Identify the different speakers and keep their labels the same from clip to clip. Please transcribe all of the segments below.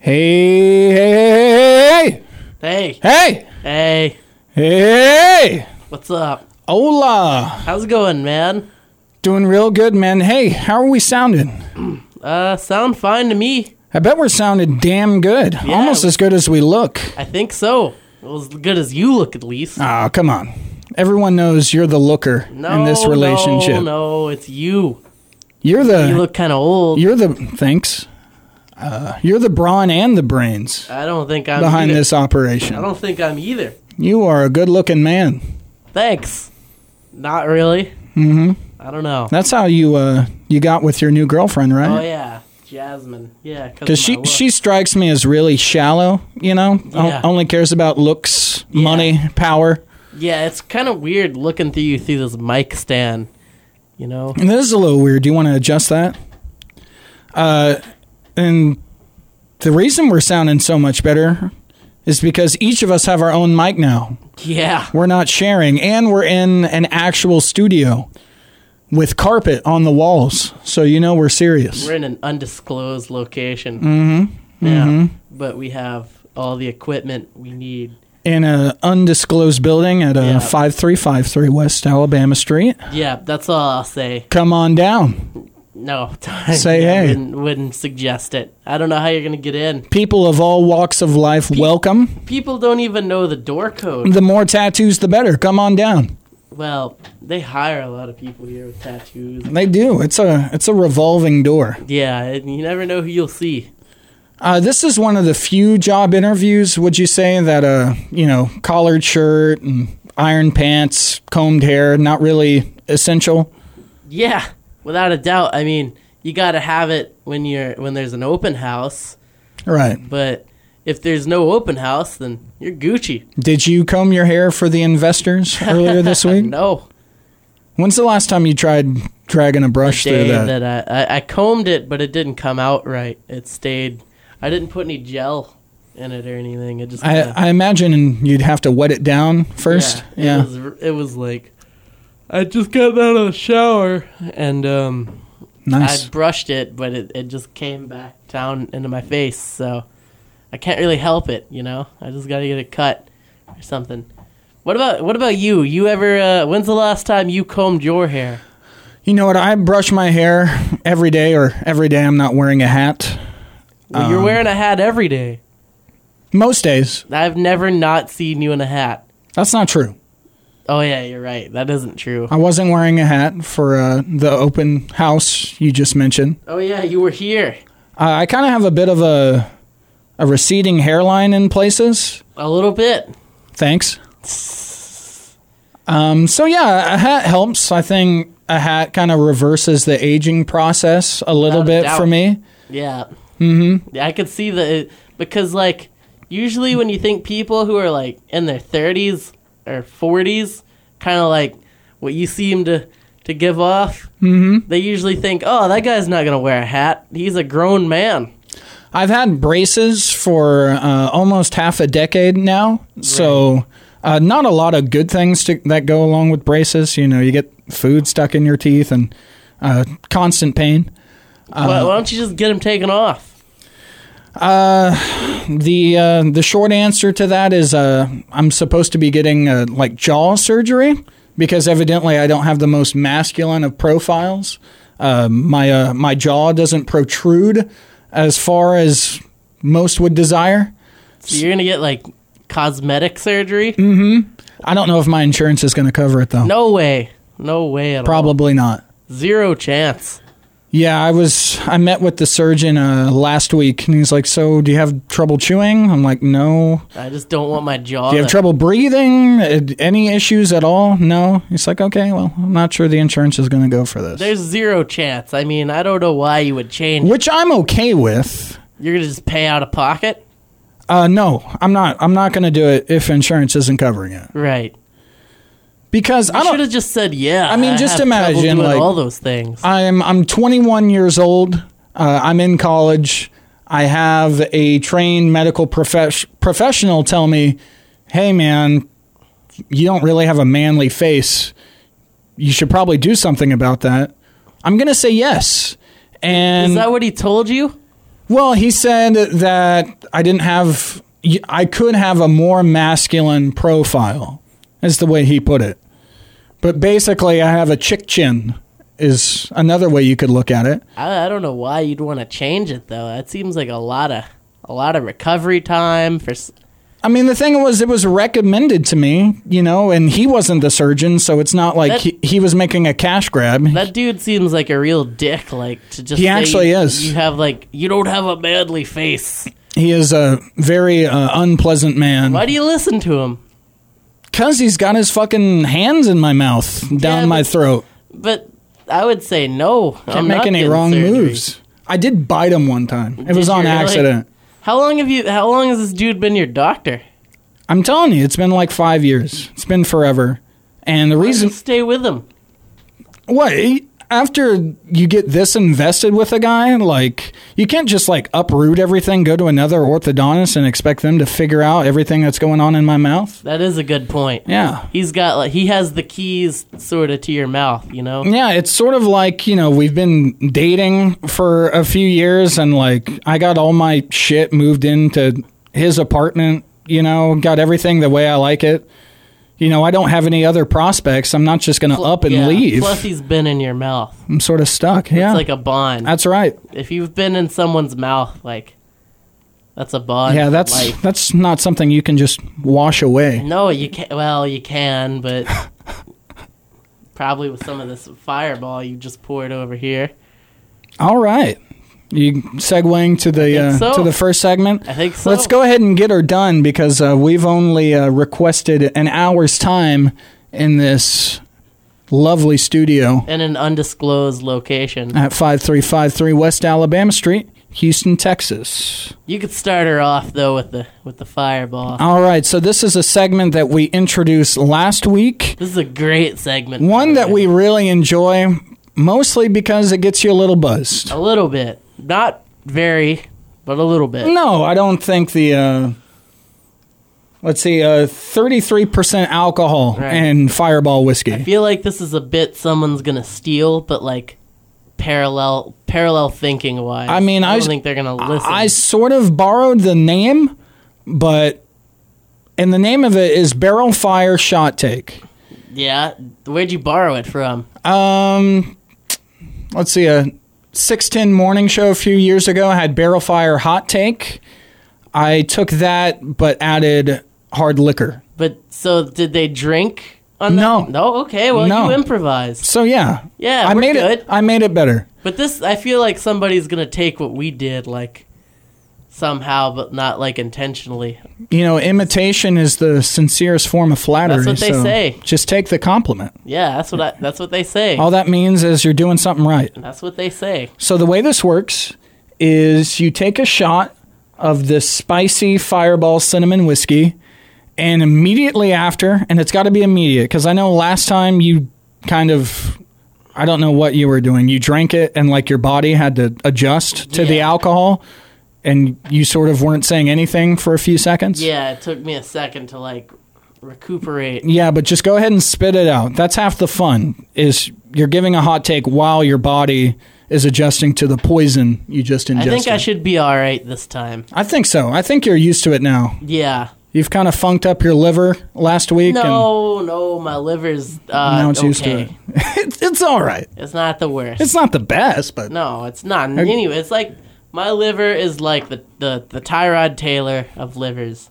Speaker 1: Hey, hey,
Speaker 2: Hey,
Speaker 1: hey,
Speaker 2: hey,
Speaker 1: hey, hey, hey!
Speaker 2: what's up?
Speaker 1: Hola!
Speaker 2: How's it going, man?
Speaker 1: Doing real good, man. Hey, how are we sounding?
Speaker 2: Uh, sound fine to me.
Speaker 1: I bet we're sounding damn good. Almost as good as we look.
Speaker 2: I think so. Well, as good as you look, at least.
Speaker 1: Ah, come on. Everyone knows you're the looker in this relationship.
Speaker 2: No, no, it's you.
Speaker 1: You're
Speaker 2: You
Speaker 1: the
Speaker 2: look kind of old.
Speaker 1: you're the thanks. Uh, you're the brawn and the brains
Speaker 2: I don't think I'm
Speaker 1: behind
Speaker 2: either.
Speaker 1: this
Speaker 2: I
Speaker 1: operation.
Speaker 2: don't think I'm either.
Speaker 1: You are a good-looking man.
Speaker 2: Thanks. Not really. Mm-hmm. I don't know.
Speaker 1: That's how you uh, you got with your new girlfriend, right?
Speaker 2: Oh yeah, Jasmine. Yeah, of
Speaker 1: Because she
Speaker 2: my look.
Speaker 1: she strikes me as really shallow, you know, O-
Speaker 2: Yeah.
Speaker 1: only cares about looks, money, power.
Speaker 2: Yeah, it's kind of weird looking through you through this mic stand. You know.
Speaker 1: And this is a little weird. Do you want to adjust that? Uh, and the reason we're sounding so much better is because each of us have our own mic now.
Speaker 2: Yeah.
Speaker 1: We're not sharing, and we're in an actual studio with carpet on the walls, so you know we're serious.
Speaker 2: We're in an undisclosed location. Mm-hmm. Yeah. But we have all the equipment we need.
Speaker 1: in an undisclosed building at
Speaker 2: Yeah.
Speaker 1: uh, five three five three West Alabama Street.
Speaker 2: Yeah, that's all I'll say.
Speaker 1: Come on down.
Speaker 2: No,
Speaker 1: Say
Speaker 2: I
Speaker 1: hey.
Speaker 2: Wouldn't, wouldn't suggest it. I don't know how you're gonna get in.
Speaker 1: people of all walks of life welcome.
Speaker 2: People don't even know the door code.
Speaker 1: The more tattoos, the better. Come on down.
Speaker 2: Well, they hire a lot of people here with tattoos.
Speaker 1: They do. It's a it's a revolving door.
Speaker 2: Yeah, and you never know who you'll see.
Speaker 1: Uh, this is one of the few job interviews. Would you say that uh you know collared shirt and iron pants, combed hair, not really essential?
Speaker 2: Yeah, without a doubt. I mean, you gotta have it when you're when there's an open house.
Speaker 1: Right.
Speaker 2: But if there's no open house, then you're Gucci.
Speaker 1: Did you comb your hair for the investors earlier this week?
Speaker 2: No.
Speaker 1: When's the last time you tried dragging a brush through
Speaker 2: day
Speaker 1: that?
Speaker 2: that, I, I, I combed it, but it didn't come out right. It stayed. I didn't put any gel in it or anything. It just.
Speaker 1: I,
Speaker 2: kinda-
Speaker 1: I imagine you'd have to wet it down first.
Speaker 2: Yeah. It, was, r- it was like. I just got out of the shower and um,
Speaker 1: nice.
Speaker 2: I brushed it, but it, it just came back down into my face. So I can't really help it, you know. I just got to get it cut or something. What about what about you? You ever? Uh, when's the last time you combed your hair?
Speaker 1: You know what? I brush my hair every day, or every day I'm not wearing a hat.
Speaker 2: Well,
Speaker 1: Um,
Speaker 2: you're wearing a hat every day.
Speaker 1: Most days.
Speaker 2: I've never not seen you in a hat.
Speaker 1: That's not true.
Speaker 2: Oh yeah, you're right. That isn't true.
Speaker 1: I wasn't wearing a hat for uh, the open house you just mentioned.
Speaker 2: Oh yeah, you were here
Speaker 1: Uh, I kind of have a bit of a a receding hairline in places.
Speaker 2: a little bit.
Speaker 1: Thanks. Um, so yeah, a hat helps. I think a hat kind of reverses the aging process a
Speaker 2: Without
Speaker 1: little
Speaker 2: a
Speaker 1: bit for
Speaker 2: doubt.
Speaker 1: me.
Speaker 2: Yeah. Mm-hmm. Yeah, I could see that it, because like usually when you think people who are like in their 30s or 40s, kind of like what you seem to to give off, mm-hmm. they usually think, oh, that guy's not gonna wear a hat. He's a grown man.
Speaker 1: I've had braces for uh, almost half a decade now, so uh, not a lot of good things to, that go along with braces. You know, you get food stuck in your teeth and uh, constant pain.
Speaker 2: why, why don't you just get him taken off?
Speaker 1: The uh, the short answer to that is uh, I'm supposed to be getting uh, like jaw surgery because evidently I don't have the most masculine of profiles. Uh, my uh, my jaw doesn't protrude as far as most would desire.
Speaker 2: So you're gonna get like cosmetic surgery?
Speaker 1: I don't know if my insurance is going to cover it though.
Speaker 2: No way. No way at all.
Speaker 1: Probably not.
Speaker 2: Zero chance.
Speaker 1: Yeah, I was. I met with the surgeon uh, last week, and he's like, "So, do you have trouble chewing?" I'm like, "No."
Speaker 2: I just don't want my jaw.
Speaker 1: Do you
Speaker 2: to-
Speaker 1: have trouble breathing? Uh, Any issues at all? No. He's like, "Okay, well, I'm not sure the insurance is going to go for this,"
Speaker 2: There's zero chance. I mean, I don't know why you would change.
Speaker 1: which I'm okay with.
Speaker 2: You're gonna just pay out of pocket,
Speaker 1: Uh, no, I'm not. I'm not going to do it if insurance isn't covering it
Speaker 2: right?
Speaker 1: because I
Speaker 2: I should
Speaker 1: don't.
Speaker 2: have just said yeah.
Speaker 1: I mean, just
Speaker 2: have trouble
Speaker 1: imagine,
Speaker 2: doing
Speaker 1: like-
Speaker 2: all those things.
Speaker 1: I'm I'm 21 years old. Uh, I'm in college. I have a trained medical profesh- professional tell me, "Hey, man, you don't really have a manly face. You should probably do something about that." I'm gonna say yes,
Speaker 2: Is
Speaker 1: and
Speaker 2: that what he told you?
Speaker 1: Well, he said that I didn't have, I could have a more masculine profile, is the way he put it. But basically, I have a chick chin, is another way you could look at it.
Speaker 2: I, I don't know why you'd want to change it though. That seems like a lot of a lot of recovery time for. s-
Speaker 1: I mean, the thing was, it was recommended to me, you know, and he wasn't the surgeon, so it's not like
Speaker 2: That-
Speaker 1: he, he was making a cash grab.
Speaker 2: That dude seems like a real dick. Like to just
Speaker 1: He
Speaker 2: say
Speaker 1: actually
Speaker 2: you-
Speaker 1: is.
Speaker 2: You have like you don't have a manly face.
Speaker 1: He is a very uh, unpleasant man.
Speaker 2: Why do you listen to him?
Speaker 1: Because he's got his fucking hands in my mouth, down
Speaker 2: Yeah,
Speaker 1: my
Speaker 2: but-
Speaker 1: throat.
Speaker 2: But I would say no.
Speaker 1: Can't
Speaker 2: I'm
Speaker 1: make
Speaker 2: not
Speaker 1: any
Speaker 2: getting
Speaker 1: wrong
Speaker 2: surgery.
Speaker 1: moves. I did bite him one time. It was
Speaker 2: you
Speaker 1: on
Speaker 2: really?
Speaker 1: accident.
Speaker 2: How long have you? How long has this dude been your doctor?
Speaker 1: I'm telling you, it's been like five years. It's been forever. And the reason,
Speaker 2: Just stay with him.
Speaker 1: what? he- After you get this invested with a guy, like you can't just like uproot everything, go to another orthodontist, and expect them to figure out everything that's going on in my mouth.
Speaker 2: That is a good point.
Speaker 1: Yeah.
Speaker 2: He's got like he has the keys sort of to your mouth, you know.
Speaker 1: Yeah, it's sort of like, you know, we've been dating for a few years and like I got all my shit moved into his apartment, you know, got everything the way I like it. You know, I don't have any other prospects. I'm not just going to up and
Speaker 2: Yeah.
Speaker 1: leave.
Speaker 2: Plus, he's been in your mouth.
Speaker 1: I'm sort of stuck. Yeah.
Speaker 2: It's like a bond.
Speaker 1: that's right.
Speaker 2: if you've been in someone's mouth, like that's a bond.
Speaker 1: Yeah,
Speaker 2: for
Speaker 1: that's
Speaker 2: life.
Speaker 1: that's not something you can just wash away.
Speaker 2: no, you can. Well, you can, but probably with some of this fireball you just poured over here.
Speaker 1: All right. You segueing to the uh,
Speaker 2: think so.
Speaker 1: to the first segment?
Speaker 2: I think so.
Speaker 1: Let's go ahead and get her done because uh, we've only uh, requested an hour's time in this lovely studio
Speaker 2: in an undisclosed location.
Speaker 1: at 5353 West Alabama Street, Houston, Texas.
Speaker 2: You could start her off though with the with the fireball.
Speaker 1: All right, so this is a segment that we introduced last week,
Speaker 2: This is a great segment.
Speaker 1: one that we really enjoy mostly because it gets you a little buzzed.
Speaker 2: a little bit, not very, but a little bit.
Speaker 1: No, I don't think the. Uh, Let's see, uh, 33% alcohol
Speaker 2: Right.
Speaker 1: and fireball whiskey.
Speaker 2: I feel like this is a bit someone's gonna steal, but like parallel parallel thinking wise.
Speaker 1: I mean, I
Speaker 2: don't
Speaker 1: s-
Speaker 2: think they're gonna listen.
Speaker 1: I sort of borrowed the name, but and the name of it is Barrel Fire Shot Take.
Speaker 2: yeah, where'd you borrow it from?
Speaker 1: Um, let's see, a six ten morning show a few years ago had Barrel Fire Hot Take. I took that, but added hard liquor.
Speaker 2: But so did they drink? On that?
Speaker 1: No.
Speaker 2: no. Okay, well
Speaker 1: No.
Speaker 2: you improvised.
Speaker 1: So yeah,
Speaker 2: Yeah,
Speaker 1: I
Speaker 2: we're
Speaker 1: made
Speaker 2: good.
Speaker 1: it. I made it better.
Speaker 2: But this, I feel like somebody's gonna take what we did, like somehow, but not like intentionally.
Speaker 1: You know, imitation is the sincerest form of flattery.
Speaker 2: what they
Speaker 1: so
Speaker 2: say.
Speaker 1: Just take the compliment.
Speaker 2: Yeah, that's what I, that's what they say.
Speaker 1: All that means is you're doing something right.
Speaker 2: That's what they say.
Speaker 1: So the way this works is you take a shot of this spicy fireball cinnamon whiskey and immediately after and it's got to be immediate cuz I know last time you kind of I don't know what you were doing. You drank it and like your body had to adjust to the
Speaker 2: Yeah.
Speaker 1: alcohol and you sort of weren't saying anything for a few seconds.
Speaker 2: Yeah, it took me a second to like recuperate.
Speaker 1: Yeah, but just go ahead and spit it out. That's half the fun. Is you're giving a hot take while your body is adjusting to the poison you just
Speaker 2: I
Speaker 1: ingested.
Speaker 2: think I should be all right this time.
Speaker 1: I think so. I think you're used to it now.
Speaker 2: Yeah.
Speaker 1: You've kind of funked up your liver last week.
Speaker 2: No, no, my liver's uh,
Speaker 1: and now it's
Speaker 2: okay.
Speaker 1: used to it. It's- it's all right.
Speaker 2: It's not the worst.
Speaker 1: It's not the best, but
Speaker 2: no, it's not. Anyway, it's like my liver is like the the, the Tyrod Taylor of livers.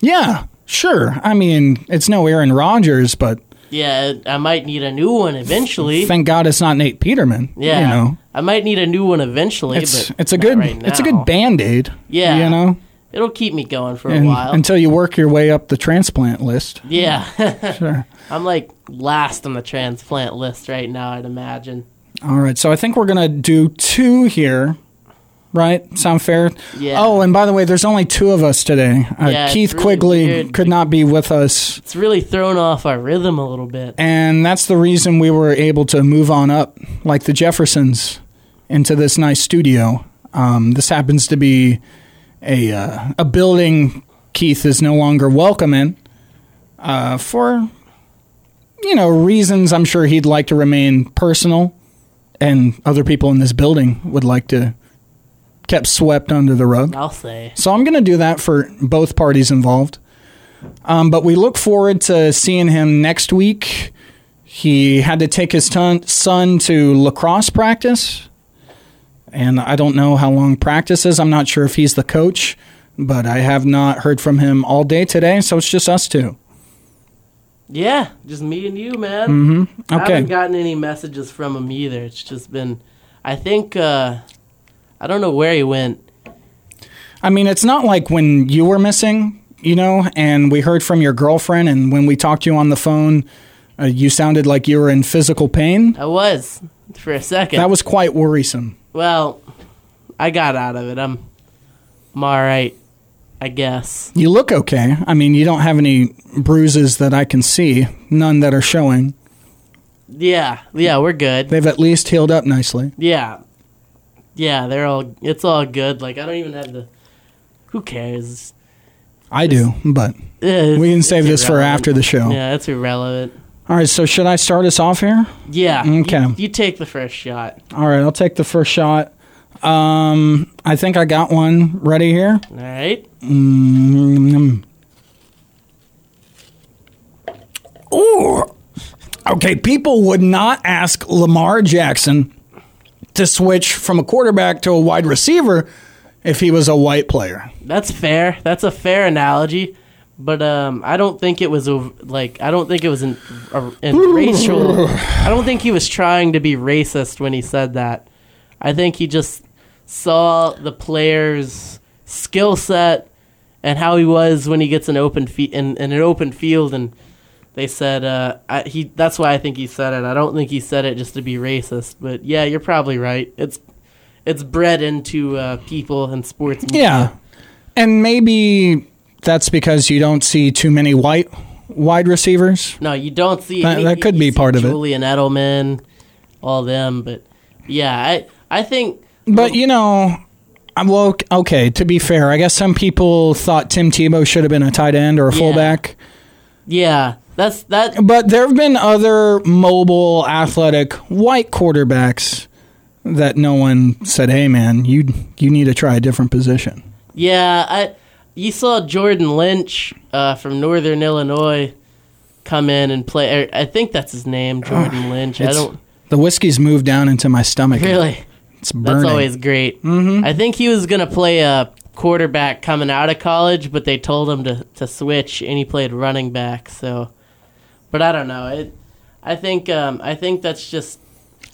Speaker 1: yeah, sure. I mean, it's no Aaron Rodgers, but
Speaker 2: Yeah, I might need a new one eventually.
Speaker 1: thank God it's not Nate Peterman.
Speaker 2: yeah,
Speaker 1: you know,
Speaker 2: I might need a new one eventually,
Speaker 1: it's
Speaker 2: but
Speaker 1: it's a
Speaker 2: not
Speaker 1: good
Speaker 2: right
Speaker 1: it's a
Speaker 2: now.
Speaker 1: good band aid.
Speaker 2: Yeah.
Speaker 1: you know,
Speaker 2: It'll keep me going for
Speaker 1: and-
Speaker 2: a while.
Speaker 1: until you work your way up the transplant list.
Speaker 2: yeah,
Speaker 1: Sure.
Speaker 2: I'm like last on the transplant list right now. I'd imagine.
Speaker 1: All right, so I think we're gonna do two here. Right? Sound fair?
Speaker 2: Yeah.
Speaker 1: Oh, and by the way, there's only two of us today. Uh,
Speaker 2: Yeah, it's
Speaker 1: Keith
Speaker 2: really
Speaker 1: Quigley
Speaker 2: weird.
Speaker 1: could not be with us,
Speaker 2: It's really thrown off our rhythm a little bit.
Speaker 1: and that's the reason we were able to move on up, like the Jeffersons, into this nice studio. Um, this happens to be a uh, a building Keith is no longer welcome in uh, for you know reasons I'm sure he'd like to remain personal, and other people in this building would like to kept swept under the rug.
Speaker 2: I'll say.
Speaker 1: So I'm going to do that for both parties involved. Um, but we look forward to seeing him next week. He had to take his ton- son to lacrosse practice. And I don't know how long practice is. I'm not sure if he's the coach, but I have not heard from him all day today. So it's just us two.
Speaker 2: Yeah, just me and you, man. I
Speaker 1: Mm-hmm. Okay.
Speaker 2: haven't gotten any messages from him either. It's just been, I think, uh, I don't know where he went.
Speaker 1: I mean, it's not like when you were missing, you know, and we heard from your girlfriend, and when we talked to you on the phone, uh, you sounded like you were in physical pain.
Speaker 2: I was for a second.
Speaker 1: That was quite worrisome.
Speaker 2: well, I got out of it. I'm, I'm all right, I guess.
Speaker 1: You look okay. I mean, you don't have any bruises that I can see, none that are showing.
Speaker 2: Yeah, yeah, we're good.
Speaker 1: They've at least healed up nicely.
Speaker 2: Yeah, yeah, they're all. It's all good. Like I don't even have the. Who cares?
Speaker 1: I do, but we can save this for after the show.
Speaker 2: Yeah, it's irrelevant.
Speaker 1: All right, so should I start us off here?
Speaker 2: Yeah. you-
Speaker 1: Okay.
Speaker 2: You, take the first shot.
Speaker 1: All right, I'll take the first shot. Um, I think I got one ready here.
Speaker 2: All right.
Speaker 1: Mm. Ooh. Okay, people would not ask Lamar Jackson to switch from a quarterback to a wide receiver if he was a white player.
Speaker 2: That's fair. That's a fair analogy, but um, I don't think it was a, like I don't think it was an, a, an racial. I don't think he was trying to be racist when he said that. I think he just saw the player's skill set and how he was when he gets an open fe- in, in an open field, and they said uh, I, he. That's why I think he said it. I don't think he said it just to be racist, but yeah, you're probably right. It's it's bred into uh, people and sports. media.
Speaker 1: Yeah. And maybe that's because you don't see too many white wide receivers.
Speaker 2: No, you don't see.
Speaker 1: That- that could be part of it.
Speaker 2: Julian Edelman, all them, but yeah, I I think
Speaker 1: But you know, I'm well, okay, to be fair, I guess some people thought Tim Tebow should have been a tight end or a
Speaker 2: Yeah.
Speaker 1: fullback.
Speaker 2: yeah, that's that.
Speaker 1: But there have been other mobile, athletic, white quarterbacks that no one said, "Hey, man, you you need to try a different position."
Speaker 2: Yeah, I you saw Jordan Lynch uh, from Northern Illinois come in and play. or I think that's his name, Jordan Lynch. I
Speaker 1: It's-
Speaker 2: don't
Speaker 1: The whiskey's moved down into my stomach.
Speaker 2: really. That's
Speaker 1: It's burning.
Speaker 2: always great. Mm-hmm. I think he was gonna play a quarterback coming out of college, but they told him to, to switch, and he played running back. So, but I don't know. It, I think um, I think that's just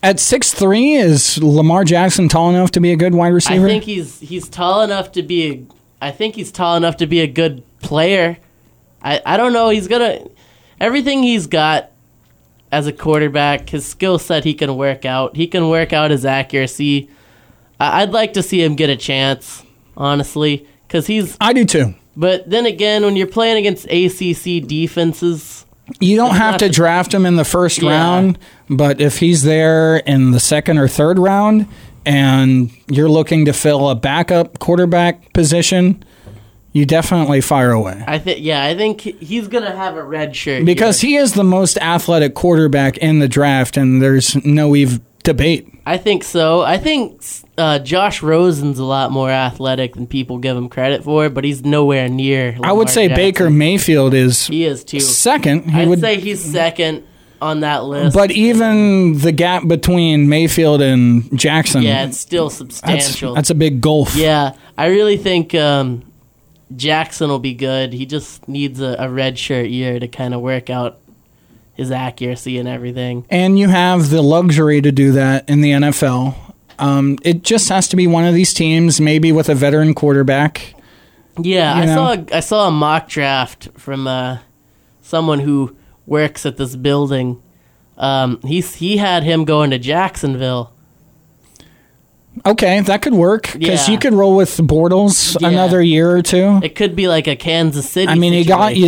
Speaker 1: At six three, is Lamar Jackson tall enough to be a good wide receiver?
Speaker 2: I think he's he's tall enough to be. A, I think he's tall enough to be a good player. I I don't know. He's gonna everything he's got as a quarterback. His skill set he can work out. He can work out his accuracy. I, I'd like to see him get a chance, honestly, because he's.
Speaker 1: I do too.
Speaker 2: But then again, when you're playing against ACC defenses,
Speaker 1: You don't have
Speaker 2: not
Speaker 1: to
Speaker 2: the-
Speaker 1: draft him in the first
Speaker 2: Yeah.
Speaker 1: round, but if he's there in the second or third round and you're looking to fill a backup quarterback position, you definitely fire away.
Speaker 2: I think yeah, I think he- he's gonna have a red shirt
Speaker 1: because
Speaker 2: here.
Speaker 1: he is the most athletic quarterback in the draft, and there's no eve debate.
Speaker 2: I think so. I think uh, Josh Rosen's a lot more athletic than people give him credit for, but he's nowhere near.
Speaker 1: I would say Baker Mayfield is
Speaker 2: He is too.
Speaker 1: second. He
Speaker 2: I'd
Speaker 1: would,
Speaker 2: say he's second on that list.
Speaker 1: but even the gap between Mayfield and Jackson,
Speaker 2: yeah, it's still
Speaker 1: that's
Speaker 2: substantial.
Speaker 1: that's a big gulf.
Speaker 2: yeah, I really think um, Jackson will be good. He just needs a, a red shirt year to kind of work out his accuracy and everything.
Speaker 1: and you have the luxury to do that in the NFL. Um, it just has to be one of these teams, maybe with a veteran quarterback.
Speaker 2: Yeah,
Speaker 1: You
Speaker 2: I
Speaker 1: know?
Speaker 2: saw a, I saw a mock draft from uh, someone who works at this building. Um, he's he had him going to Jacksonville.
Speaker 1: Okay, that could work because
Speaker 2: Yeah.
Speaker 1: you could roll with Bortles
Speaker 2: Yeah.
Speaker 1: another year or two.
Speaker 2: It could be like a Kansas City.
Speaker 1: I mean, he got
Speaker 2: situation.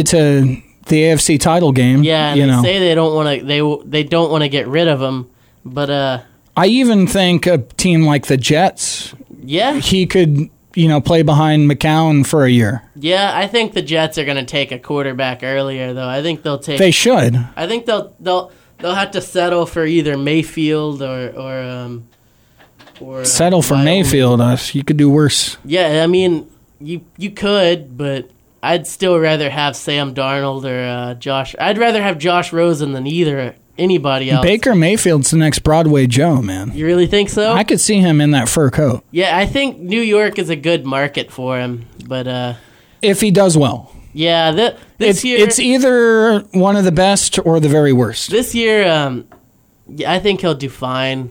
Speaker 1: you to the AFC title game.
Speaker 2: Yeah, and
Speaker 1: you
Speaker 2: they
Speaker 1: know.
Speaker 2: say they don't want to. They w- they don't want to get rid of him, but uh,
Speaker 1: I even think a team like the Jets,
Speaker 2: yeah,
Speaker 1: he could, you know, play behind McCown for a year.
Speaker 2: yeah. I think the Jets are going to take a quarterback earlier, though. I think they'll take.
Speaker 1: They should.
Speaker 2: I think they'll they'll they'll have to settle for either Mayfield or or um, Or
Speaker 1: Settle for
Speaker 2: Wyoming.
Speaker 1: Mayfield. Uh, you could do worse.
Speaker 2: Yeah, I mean, you you could, but I'd still rather have Sam Darnold or uh, Josh. I'd rather have Josh Rosen than either anybody else.
Speaker 1: Baker Mayfield's the next Broadway Joe, man.
Speaker 2: You really think so?
Speaker 1: I could see him in that fur coat
Speaker 2: yeah, I think New York is a good market for him, but uh,
Speaker 1: if he does well.
Speaker 2: yeah, th- this
Speaker 1: It's,
Speaker 2: year
Speaker 1: it's e-, either one of the best or the very worst.
Speaker 2: This year, um, yeah, I think he'll do fine.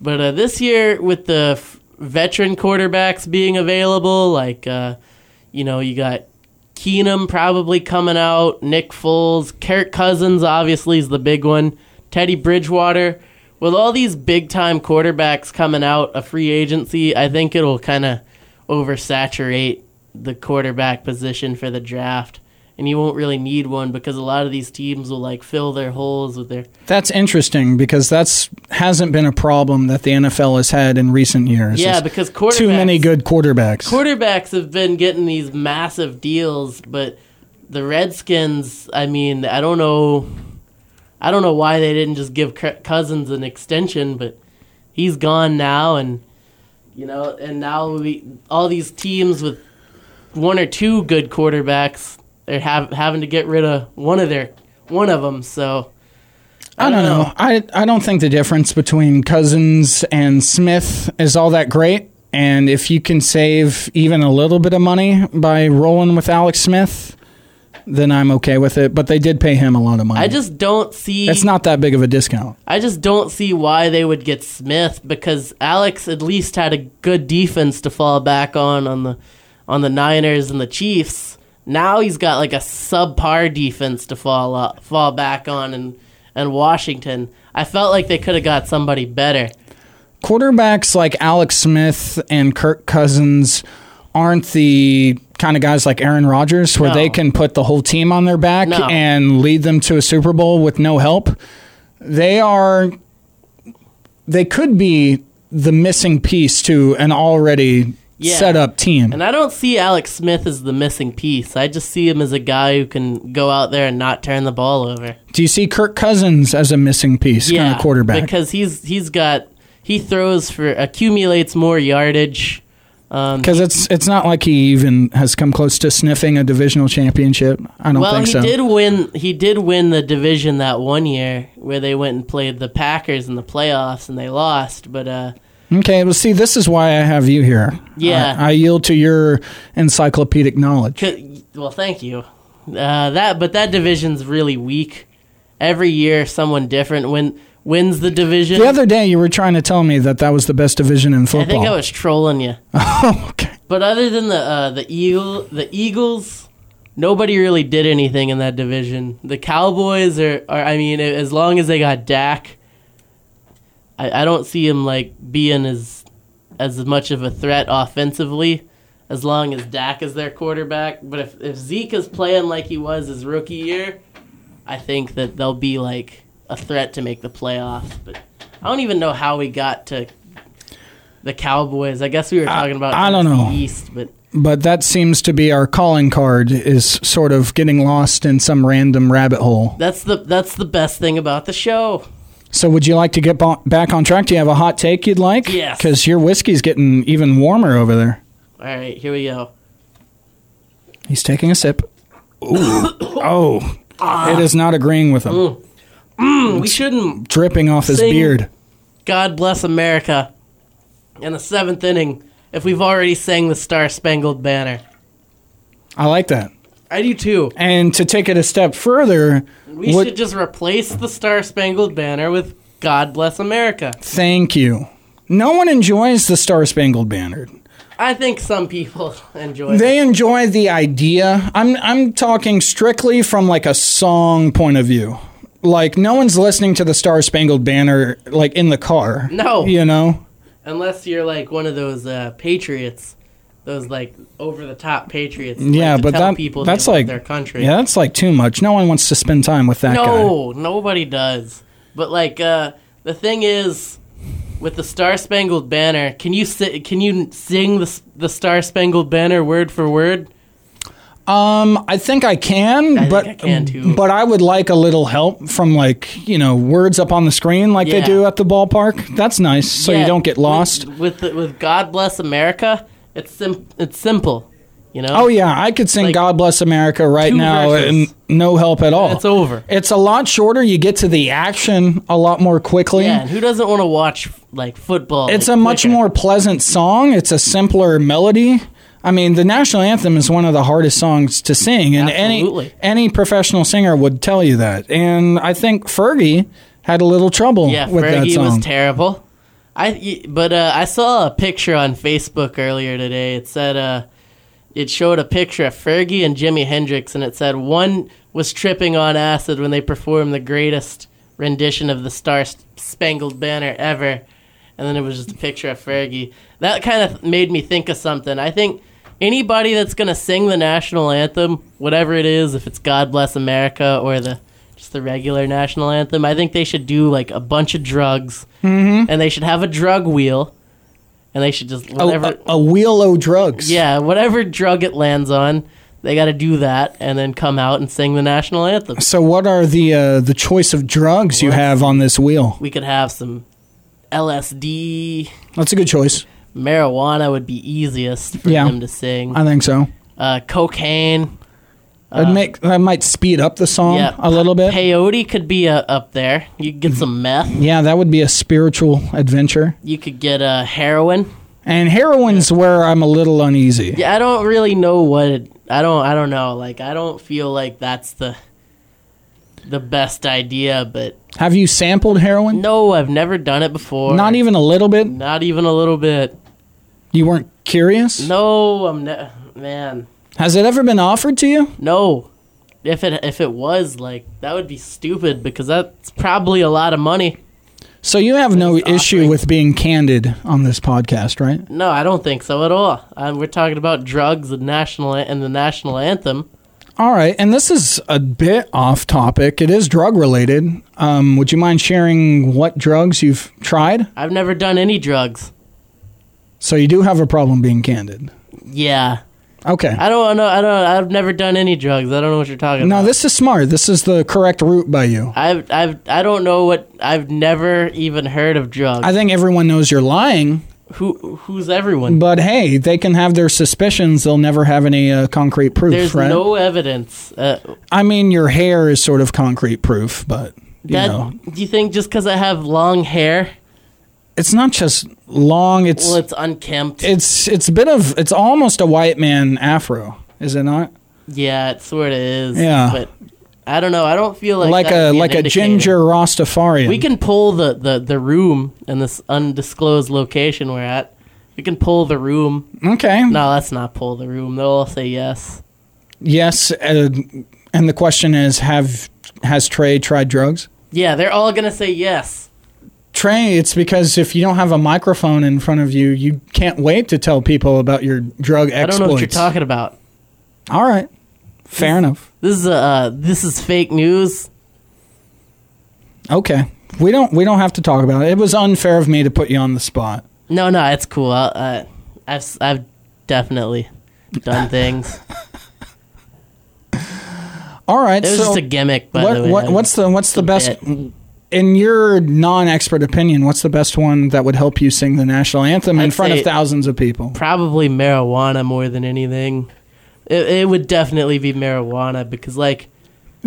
Speaker 2: But uh, this year, with the f- veteran quarterbacks being available, like uh, you know, you got Keenum probably coming out, Nick Foles, Kirk Cousins obviously is the big one, Teddy Bridgewater. With all these big time quarterbacks coming out of free agency, I think it'll kind of oversaturate the quarterback position for the draft. And you won't really need one because a lot of these teams will like fill their holes with their
Speaker 1: That's interesting because that's hasn't been a problem that the NFL has had in recent years.
Speaker 2: yeah
Speaker 1: It's
Speaker 2: because quarterbacks
Speaker 1: too many good quarterbacks.
Speaker 2: quarterbacks have been getting these massive deals, but the Redskins, I mean, I don't know, I don't know why they didn't just give Cou- Cousins an extension, but he's gone now, and you know, and now we all these teams with one or two good quarterbacks, they're have, having to get rid of one of their one of them. So
Speaker 1: I don't know. I I don't think the difference between Cousins and Smith is all that great. And if you can save even a little bit of money by rolling with Alex Smith, then I'm okay with it. But they did pay him a lot of money.
Speaker 2: I just don't see.
Speaker 1: it's Mm. not that big of a discount.
Speaker 2: I just don't see why they would get Smith because Alex at least had a good defense to fall back on on the on the Niners and the Chiefs. Now he's got like a subpar defense to fall up, fall back on and and Washington. I felt like they could have got somebody better.
Speaker 1: quarterbacks like Alex Smith and Kirk Cousins aren't the kind of guys like Aaron Rodgers where
Speaker 2: No.
Speaker 1: they can put the whole team on their back
Speaker 2: No.
Speaker 1: and lead them to a Super Bowl with no help. They are they could be the missing piece to an already
Speaker 2: Yeah.
Speaker 1: set up team.
Speaker 2: And I don't see Alex Smith as the missing piece. I just see him as a guy who can go out there and not turn the ball over.
Speaker 1: Do you see Kirk Cousins as a missing piece kind of quarterback?
Speaker 2: because he's he's got he throws for accumulates more yardage. Um,
Speaker 1: because it's it's not like he even has come close to sniffing a divisional championship. I don't
Speaker 2: well,
Speaker 1: think
Speaker 2: he
Speaker 1: so.
Speaker 2: did win. He did win the division that one year where they went and played the Packers in the playoffs and they lost. But uh,
Speaker 1: Okay, well, see, this is why I have you here.
Speaker 2: Yeah.
Speaker 1: I, I yield to your encyclopedic knowledge.
Speaker 2: c- well, thank you. Uh, that but that division's really weak. Every year, someone different win, wins the division.
Speaker 1: The other day, you were trying to tell me that that was the best division in football.
Speaker 2: I
Speaker 1: Oh,
Speaker 2: think I was trolling you.
Speaker 1: okay.
Speaker 2: But other than the uh, the eagle, the Eagles, nobody really did anything in that division. The Cowboys are, are I mean, as long as they got Dak, I, I don't see him like being as as much of a threat offensively. As long as Dak is their quarterback, but if if Zeke is playing like he was his rookie year, I think that they'll be like a threat to make the playoffs. But I don't even know how we got to the Cowboys. I guess we were talking about
Speaker 1: I don't
Speaker 2: NFC
Speaker 1: know.
Speaker 2: East, but
Speaker 1: But that seems to be our calling card is sort of getting lost in some random rabbit hole.
Speaker 2: That's the that's the best thing about the show.
Speaker 1: So, would you like to get bo- back on track? Do you have a hot take you'd like?
Speaker 2: Yes.
Speaker 1: Because your whiskey's getting even warmer over there.
Speaker 2: All right, here we go.
Speaker 1: He's taking a sip. Ooh. oh.
Speaker 2: Ah.
Speaker 1: It is not agreeing with him.
Speaker 2: Hmm, We shouldn't.
Speaker 1: Dripping off his
Speaker 2: Mm. Sing.
Speaker 1: beard.
Speaker 2: God bless America. In the seventh inning, if we've already sang the Star Spangled Banner,
Speaker 1: I like that.
Speaker 2: I do too.
Speaker 1: And to take it a step further,
Speaker 2: We
Speaker 1: what-
Speaker 2: should just replace the Star Spangled Banner with God bless America.
Speaker 1: thank you. No one enjoys the Star Spangled Banner.
Speaker 2: I think some people enjoy. it.
Speaker 1: They enjoy the idea. I'm I'm talking strictly from like a song point of view. Like no one's listening to the Star Spangled Banner like in the car.
Speaker 2: No.
Speaker 1: You know?
Speaker 2: Unless you're like one of those uh, patriots, those like over the top patriots. who
Speaker 1: Yeah,
Speaker 2: like to
Speaker 1: but
Speaker 2: tell
Speaker 1: that-
Speaker 2: people
Speaker 1: that's
Speaker 2: they love
Speaker 1: like-
Speaker 2: their country.
Speaker 1: Yeah, that's like too much. No one wants to spend time with that guy.
Speaker 2: No, nobody does. But like uh, the thing is, with the Star Spangled Banner, can you si- can you sing the s- the Star Spangled Banner word for word?
Speaker 1: Um, I think I can,
Speaker 2: I
Speaker 1: but
Speaker 2: think I can too.
Speaker 1: but I would like a little help from like you know words up on the screen like they
Speaker 2: Yeah.
Speaker 1: do at the ballpark. That's nice, so
Speaker 2: Yeah,
Speaker 1: you don't get
Speaker 2: with-
Speaker 1: lost.
Speaker 2: With with, God bless America, it's sim- it's simple, you know.
Speaker 1: Oh yeah, I could sing
Speaker 2: Like,
Speaker 1: "God Bless America" right
Speaker 2: two
Speaker 1: now,
Speaker 2: verses.
Speaker 1: and no help at all.
Speaker 2: It's over.
Speaker 1: It's a lot shorter. You get to the action a lot more quickly.
Speaker 2: Yeah, and who doesn't want to watch like football?
Speaker 1: It's
Speaker 2: like,
Speaker 1: a much
Speaker 2: quicker?
Speaker 1: more pleasant song. It's a simpler melody. I mean, the national anthem is one of the hardest songs to sing, and
Speaker 2: Absolutely.
Speaker 1: any any professional singer would tell you that. And I think Fergie had a little trouble
Speaker 2: Yeah,
Speaker 1: with that
Speaker 2: Fergie
Speaker 1: song.
Speaker 2: was terrible. I y- but uh, I saw a picture on Facebook earlier today. It said uh, it showed a picture of Fergie and Jimi Hendrix, and it said one was tripping on acid when they performed the greatest rendition of the Star Spangled Banner ever, and then it was just a picture of Fergie. That kind of made me think of something. I think anybody that's gonna sing the national anthem, whatever it is, if it's God Bless America or the just the regular national anthem, I think they should do like a bunch of drugs, mm-hmm. and they should have a drug wheel, and they should just
Speaker 1: a,
Speaker 2: whatever.
Speaker 1: a, a wheel o' drugs.
Speaker 2: Yeah, whatever drug it lands on, they got to do that and then come out and sing the national anthem.
Speaker 1: So, what are the uh, the choice of drugs you have on this wheel?
Speaker 2: We could have some LSD.
Speaker 1: That's a good choice.
Speaker 2: Marijuana would be easiest for
Speaker 1: Yeah.
Speaker 2: them to sing.
Speaker 1: I think so.
Speaker 2: Uh, cocaine. Uh,
Speaker 1: That make that might speed up the song
Speaker 2: Um, Yeah,
Speaker 1: a little bit. Mm-hmm.
Speaker 2: Peyote could be uh, up there. You could get some meth.
Speaker 1: yeah, that would be a spiritual adventure.
Speaker 2: You could get uh, heroin.
Speaker 1: And heroin's where I'm a little uneasy.
Speaker 2: Yeah, I don't really know what. It, I don't. I don't know. Like, I don't feel like that's the the best idea. But
Speaker 1: Have you sampled heroin?
Speaker 2: no, I've never done it before.
Speaker 1: Not even a little bit.
Speaker 2: Not even a little bit.
Speaker 1: You weren't curious?
Speaker 2: No, I'm ne- man.
Speaker 1: Has it ever been offered to you?
Speaker 2: No. If it if it was like that would be stupid because that's probably a lot of money.
Speaker 1: So you have no
Speaker 2: It's offering.
Speaker 1: issue with being candid on this podcast, right?
Speaker 2: No, I don't think so at all. Uh, we're talking about drugs and national an- and the national anthem.
Speaker 1: All right, and this is a bit off topic. It is drug related. Um, would you mind sharing what drugs you've tried?
Speaker 2: I've never done any drugs.
Speaker 1: So you do have a problem being candid.
Speaker 2: Yeah,
Speaker 1: Okay.
Speaker 2: I don't know. I don't. I've never done any drugs. I don't know what you're talking
Speaker 1: No,
Speaker 2: about.
Speaker 1: this is smart. This is the correct route by you.
Speaker 2: I've I've I don't know what I've never even heard of drugs.
Speaker 1: I think everyone knows you're lying,
Speaker 2: Who who's everyone?
Speaker 1: but hey, they can have their suspicions. They'll never have any uh, concrete proof,
Speaker 2: There's
Speaker 1: right?
Speaker 2: no evidence. Uh,
Speaker 1: I mean, your hair is sort of concrete proof, but you
Speaker 2: that
Speaker 1: know,
Speaker 2: do you think just because I have long hair
Speaker 1: it's not just long. It's
Speaker 2: Well, it's unkempt.
Speaker 1: it's it's a bit of it's almost a white man afro, is it not?
Speaker 2: yeah, it sort of is.
Speaker 1: Yeah.
Speaker 2: but I don't know. I don't feel like
Speaker 1: Like,
Speaker 2: that
Speaker 1: a
Speaker 2: would be an
Speaker 1: like a
Speaker 2: indicator.
Speaker 1: ginger Rastafarian.
Speaker 2: We can pull the, the, the room in this undisclosed location we're at. We can pull the room.
Speaker 1: okay.
Speaker 2: No, let's not pull the room. They'll all say yes.
Speaker 1: Yes, uh, and the question is, have has Trey tried drugs?
Speaker 2: Yeah, they're all gonna say yes.
Speaker 1: Trey, it's because if you don't have a microphone in front of you, you can't wait to tell people about your drug
Speaker 2: I
Speaker 1: exploits.
Speaker 2: don't know what you're talking about.
Speaker 1: All right, fair enough.
Speaker 2: This is uh this is fake news.
Speaker 1: Okay, we don't we don't have to talk about it. It was unfair of me to put you on the spot.
Speaker 2: No, no, it's cool. I, I, I've s- I've definitely done things.
Speaker 1: All right,
Speaker 2: It was
Speaker 1: so
Speaker 2: just a gimmick, by
Speaker 1: what,
Speaker 2: the way.
Speaker 1: what, what's the what's the
Speaker 2: It's
Speaker 1: best
Speaker 2: a
Speaker 1: in your non-expert opinion? What's the best one that would help you sing the national anthem in
Speaker 2: I'd
Speaker 1: front of
Speaker 2: say-
Speaker 1: thousands of people?
Speaker 2: probably marijuana more than anything. It, it would definitely be marijuana because, like,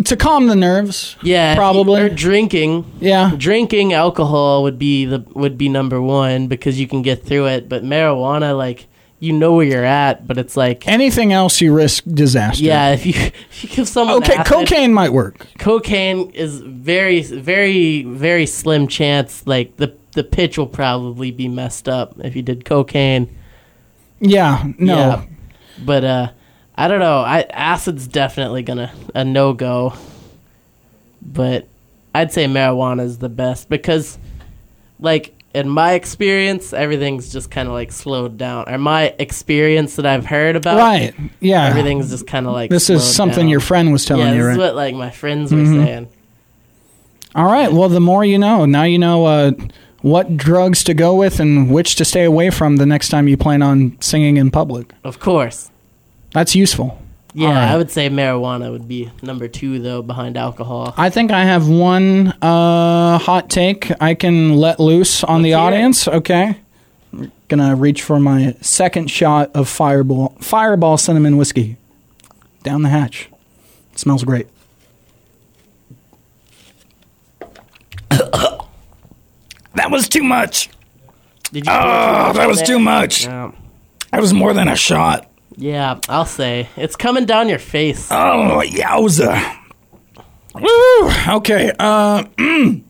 Speaker 1: To calm the nerves,
Speaker 2: yeah, if you-
Speaker 1: Probably.
Speaker 2: or drinking.
Speaker 1: yeah.
Speaker 2: Drinking alcohol would be the would be number one because you can get through it. But marijuana, like, you know where you're at, but it's like,
Speaker 1: Anything else, you risk disaster.
Speaker 2: yeah, if you if you give someone
Speaker 1: Okay,
Speaker 2: acid-
Speaker 1: cocaine might work.
Speaker 2: cocaine is very very very slim chance. Like the the pitch will probably be messed up if you did cocaine.
Speaker 1: Yeah. No.
Speaker 2: Yeah. But uh I don't know. I acid's definitely gonna a no go. But I'd say marijuana's the best because like in my experience, everything's just kinda like slowed down. Or my experience that I've heard about
Speaker 1: Right. Yeah.
Speaker 2: everything's just kinda like
Speaker 1: This is
Speaker 2: slowed
Speaker 1: something
Speaker 2: down.
Speaker 1: your friend was telling
Speaker 2: Yeah,
Speaker 1: you,
Speaker 2: this
Speaker 1: right? Mm-hmm.
Speaker 2: is what like my friends were saying.
Speaker 1: All right. Well, the more you know. Now you know uh, what drugs to go with and which to stay away from the next time you plan on singing in public.
Speaker 2: Of course.
Speaker 1: That's useful.
Speaker 2: Yeah,
Speaker 1: All right.
Speaker 2: I would say marijuana would be number two though, behind alcohol.
Speaker 1: I think I have one uh, hot take I can let loose on the
Speaker 2: Let's hear it.
Speaker 1: audience. Okay. Gonna reach for my second shot of Fireball Fireball cinnamon whiskey. Down the hatch. smells great.
Speaker 3: That was too much.
Speaker 2: Did you?
Speaker 1: Ah!
Speaker 3: Oh, that was too much.
Speaker 2: Yeah.
Speaker 3: That was more than a shot.
Speaker 2: yeah, I'll say it's coming down your face.
Speaker 3: Oh, yowza. Woo! Okay, uh,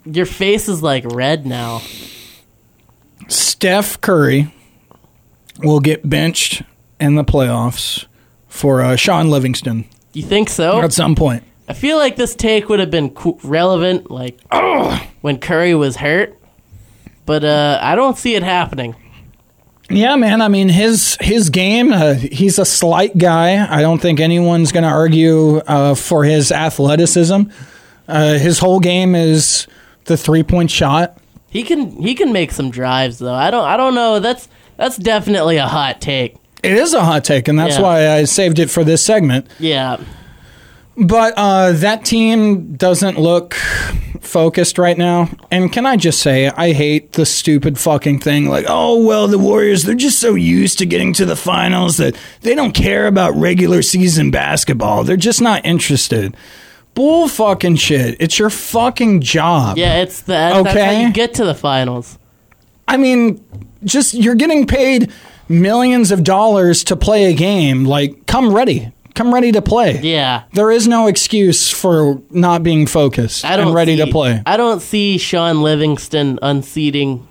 Speaker 2: Your face is like red now.
Speaker 1: Steph Curry will get benched in the playoffs for uh, Sean Livingston
Speaker 2: You think so?
Speaker 1: at some point.
Speaker 2: I feel like this take would have been co- relevant, like when Curry was hurt, but uh, I don't see it happening.
Speaker 1: Yeah, man. I mean, his his game. Uh, he's a slight guy. I don't think anyone's going to argue uh, for his athleticism. Uh, his whole game is the three point shot.
Speaker 2: He can he can make some drives though. I don't I don't know. That's that's definitely a hot take.
Speaker 1: It is a hot take, and that's
Speaker 2: Yeah.
Speaker 1: why I saved it for this segment.
Speaker 2: Yeah,
Speaker 1: But uh, that team doesn't look focused right now. And can I just say, I hate the stupid fucking thing. Like,
Speaker 3: like, oh, well, the Warriors, they're just so used to getting to the finals that they don't care about regular season basketball.
Speaker 1: they're
Speaker 3: They're
Speaker 1: just not interested. Bull fucking shit. It's your fucking job.
Speaker 2: yeah. It's the that's
Speaker 1: Okay.
Speaker 2: how you get to the finals.
Speaker 1: I mean, just you're getting paid millions of dollars to play a game. Like, come ready. Come ready to play.
Speaker 2: Yeah,
Speaker 1: There is no excuse for not being focused
Speaker 2: I don't
Speaker 1: and ready
Speaker 2: see,
Speaker 1: to play.
Speaker 2: I don't see Sean Livingston unseating.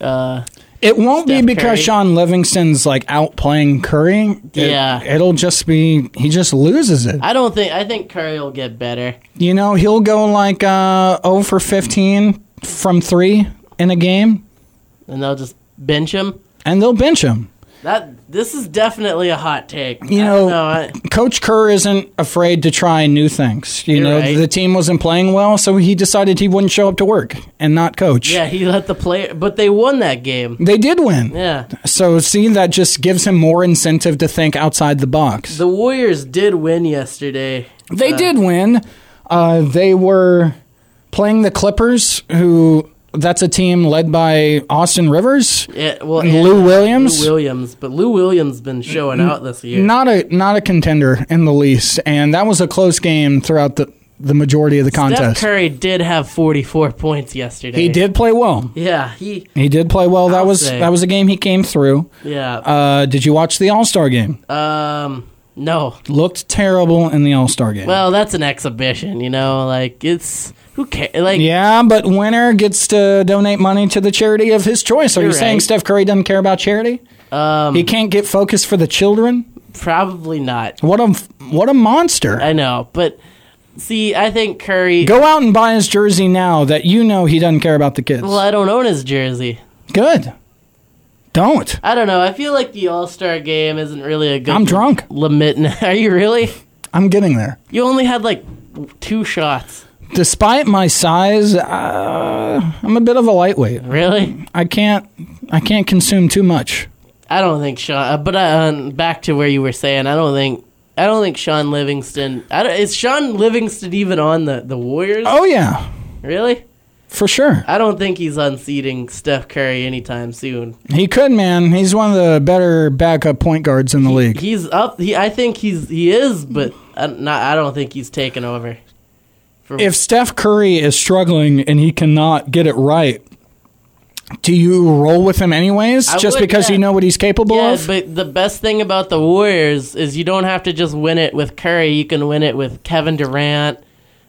Speaker 2: Uh,
Speaker 1: It won't be
Speaker 2: Steph
Speaker 1: because
Speaker 2: Curry.
Speaker 1: Sean Livingston's like out playing Curry. It-
Speaker 2: Yeah.
Speaker 1: It'll just be, he just loses it.
Speaker 2: I don't think I think Curry will get better.
Speaker 1: You know, he'll go like uh, 0 for 15 from three in a game
Speaker 2: and they'll just bench him.
Speaker 1: and they'll bench him.
Speaker 2: That this is definitely a hot take.
Speaker 1: You
Speaker 2: I
Speaker 1: know-
Speaker 2: don't I-
Speaker 1: Coach Kerr isn't afraid to try new things. You
Speaker 2: You're
Speaker 1: know,
Speaker 2: right.
Speaker 1: the team wasn't playing well, so he decided he wouldn't show up to work and not coach.
Speaker 2: yeah, he let the player, but they won that game.
Speaker 1: They did win.
Speaker 2: Yeah,
Speaker 1: So, see, that just gives him more incentive to think outside the box.
Speaker 2: the Warriors did win yesterday.
Speaker 1: they did win. Uh, they were playing the Clippers, who that's a team led by Austin Rivers.
Speaker 2: Yeah, well,
Speaker 1: And
Speaker 2: and
Speaker 1: Lou Williams?
Speaker 2: Lou Williams, but Lou Williams been showing out this year.
Speaker 1: Not a not a contender in the least, and that was a close game throughout the, the majority of the
Speaker 2: Steph
Speaker 1: contest.
Speaker 2: Curry did have 44 points yesterday.
Speaker 1: He did play well.
Speaker 2: Yeah, he.
Speaker 1: He did play well. That
Speaker 2: I'll
Speaker 1: was
Speaker 2: say.
Speaker 1: that was a game he came through.
Speaker 2: Yeah.
Speaker 1: Uh, did you watch the All Star game?
Speaker 2: um. No.
Speaker 1: Looked terrible in the All Star game.
Speaker 2: Well, that's an exhibition. You know, like it's who cares? Like,
Speaker 1: yeah, but winner gets to donate money to the charity of his choice. Are you
Speaker 2: You're
Speaker 1: saying
Speaker 2: right.
Speaker 1: Steph Curry doesn't care about charity?
Speaker 2: um,
Speaker 1: He can't get focused for the children.
Speaker 2: probably not.
Speaker 1: What a what a monster!
Speaker 2: I know, but see, I think Curry.
Speaker 1: Go out and buy his jersey now that you know he doesn't care about the kids.
Speaker 2: Well, I don't own his jersey.
Speaker 1: Good. Don't.
Speaker 2: I don't know. I feel like the All Star game isn't really a good.
Speaker 1: I'm drunk.
Speaker 2: Limit. Are you really?
Speaker 1: I'm getting there.
Speaker 2: You only had like two shots.
Speaker 1: Despite my size, uh, I'm a bit of a lightweight.
Speaker 2: Really?
Speaker 1: I can't. I can't consume too much.
Speaker 2: I don't think Sean. uh, But uh, um, back to where you were saying, I don't think. I don't think Sean Livingston. I don't, is Sean Livingston even on the the Warriors?
Speaker 1: Oh yeah,
Speaker 2: Really?
Speaker 1: for sure.
Speaker 2: I don't think he's unseating Steph Curry anytime soon.
Speaker 1: He could, man. He's one of the better backup point guards in the league.
Speaker 2: He's up. He, I think he's he is, but I, not. I don't think he's taken over. For,
Speaker 1: If Steph Curry is struggling and he cannot get it right, do you roll with him anyways?
Speaker 2: I
Speaker 1: just
Speaker 2: would,
Speaker 1: because
Speaker 2: yeah.
Speaker 1: you know what he's capable
Speaker 2: Yeah,
Speaker 1: of?
Speaker 2: but the best thing about the Warriors is you don't have to just win it with Curry. You can win it with Kevin Durant,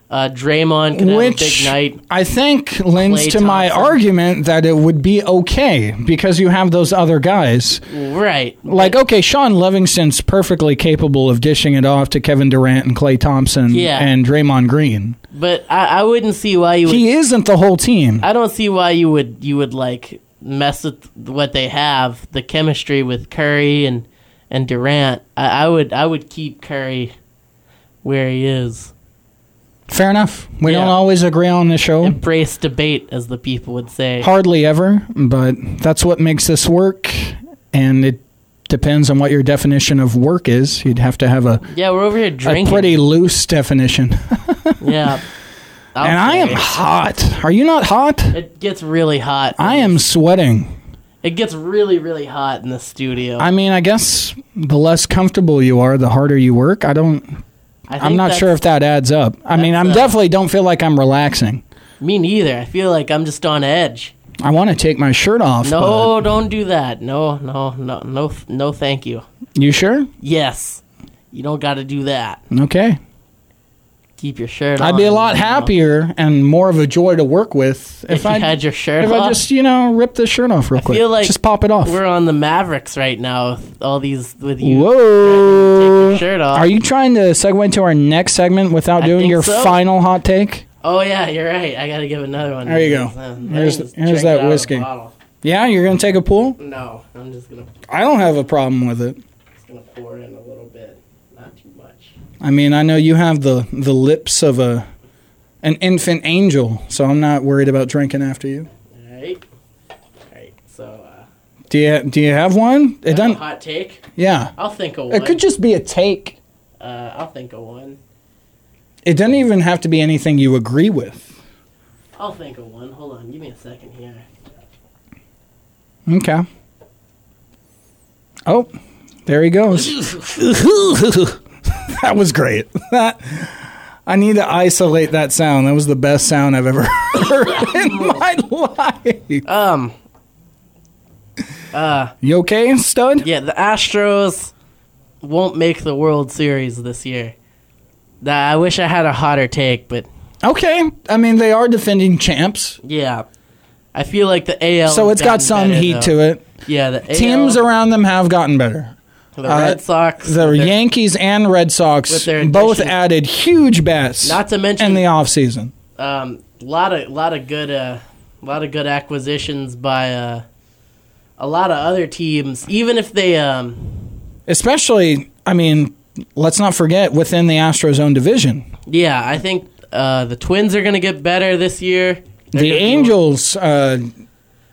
Speaker 2: uh, Draymond can
Speaker 1: Which
Speaker 2: have a big night.
Speaker 1: I think lends
Speaker 2: Klay
Speaker 1: to my
Speaker 2: Thompson.
Speaker 1: argument that it would be okay because you have those other guys.
Speaker 2: Right.
Speaker 1: Like, okay, Sean Livingston's perfectly capable of dishing it off to Kevin Durant and Clay Thompson
Speaker 2: Yeah.
Speaker 1: and Draymond Green.
Speaker 2: But I, I wouldn't see why you would
Speaker 1: He isn't the whole team.
Speaker 2: I don't see why you would you would like mess with what they have, the chemistry with Curry and, and Durant. I, I would I would keep Curry where he is.
Speaker 1: Fair enough. We
Speaker 2: Yeah.
Speaker 1: don't always agree on the show.
Speaker 2: Embrace debate, as the people would say.
Speaker 1: Hardly ever, but that's what makes this work. And it depends on what your definition of work is. You'd have to have a,
Speaker 2: Yeah, we're over here
Speaker 1: a
Speaker 2: drinking.
Speaker 1: pretty loose definition.
Speaker 2: yeah.
Speaker 1: And I am
Speaker 2: Okay.
Speaker 1: hot. Are you not hot?
Speaker 2: It gets really hot.
Speaker 1: I am sweating.
Speaker 2: It gets really, really hot in the studio.
Speaker 1: I mean, I guess the less comfortable you are, the harder you work. I don't.
Speaker 2: I think
Speaker 1: I'm not
Speaker 2: that's-
Speaker 1: sure if that adds up. I mean,
Speaker 2: that's,
Speaker 1: I'm
Speaker 2: uh,
Speaker 1: definitely don't feel like I'm relaxing.
Speaker 2: Me neither. I feel like I'm just on edge.
Speaker 1: I want to take my shirt off.
Speaker 2: No, don't do that. No, no, no, no, no. Thank you.
Speaker 1: but- you sure?
Speaker 2: Yes, you don't got to do that.
Speaker 1: Okay.
Speaker 2: Keep your shirt on.
Speaker 1: I'd be a lot
Speaker 2: you know.
Speaker 1: happier and more of a joy to work with if,
Speaker 2: if, you
Speaker 1: I
Speaker 2: had your shirt
Speaker 1: if
Speaker 2: off.
Speaker 1: I just you know rip the shirt off real quick.
Speaker 2: feel like
Speaker 1: just pop it off.
Speaker 2: We're on the Mavericks right now. with All these with you.
Speaker 1: Whoa!
Speaker 2: Take your shirt off.
Speaker 1: Are you trying to segue into our next segment without
Speaker 2: I
Speaker 1: doing
Speaker 2: think
Speaker 1: your
Speaker 2: so.
Speaker 1: final hot take?
Speaker 2: Oh yeah, you're right. I gotta give another one.
Speaker 1: There you go.
Speaker 2: Um,
Speaker 1: Here's-
Speaker 2: I just
Speaker 1: here's
Speaker 2: drank
Speaker 1: that
Speaker 2: it out of the
Speaker 1: whiskey.
Speaker 2: bottle.
Speaker 1: Yeah, you're gonna take a pull.
Speaker 2: No, I'm just gonna
Speaker 1: I don't have a problem with it.
Speaker 2: just gonna pour in a little bit, not too much.
Speaker 1: I mean, I know you have the the lips of a an infant angel, so I'm not worried about drinking after you.
Speaker 2: All right, all right. So uh,
Speaker 1: Do you do you have one? It
Speaker 2: I have a
Speaker 1: doesn't.
Speaker 2: hot take.
Speaker 1: Yeah,
Speaker 2: I'll think of one.
Speaker 1: it could just be a take.
Speaker 2: uh, I'll think of one.
Speaker 1: It doesn't even have to be anything you agree with.
Speaker 2: I'll think of one. Hold on, give me a second here.
Speaker 1: Okay. Oh, there he goes. that was great. That I need to isolate that sound. That was the best sound I've ever heard in my life.
Speaker 2: Um. Uh,
Speaker 1: You okay, stud?
Speaker 2: yeah, the Astros won't make the World Series this year. Nah, I wish I had a hotter take, but
Speaker 1: Okay. I mean, they are defending champs,
Speaker 2: yeah, I feel like the AL.
Speaker 1: so it's got
Speaker 2: gotten
Speaker 1: some
Speaker 2: better,
Speaker 1: heat
Speaker 2: though.
Speaker 1: to it.
Speaker 2: Yeah, the AL,
Speaker 1: Teams around them have gotten better.
Speaker 2: the Red Sox,
Speaker 1: The
Speaker 2: they're-
Speaker 1: Yankees and Red
Speaker 2: With
Speaker 1: Sox
Speaker 2: their
Speaker 1: both
Speaker 2: additions.
Speaker 1: added huge bats
Speaker 2: Not to mention-
Speaker 1: in the offseason.
Speaker 2: um, lot of lot of good uh, lot of good acquisitions by uh, a lot of other teams. Even if they um,
Speaker 1: Especially, I mean, let's not forget within the Astros' own division.
Speaker 2: yeah, I think uh, the Twins are gonna get better this year. They're
Speaker 1: The
Speaker 2: gonna be
Speaker 1: Angels uh,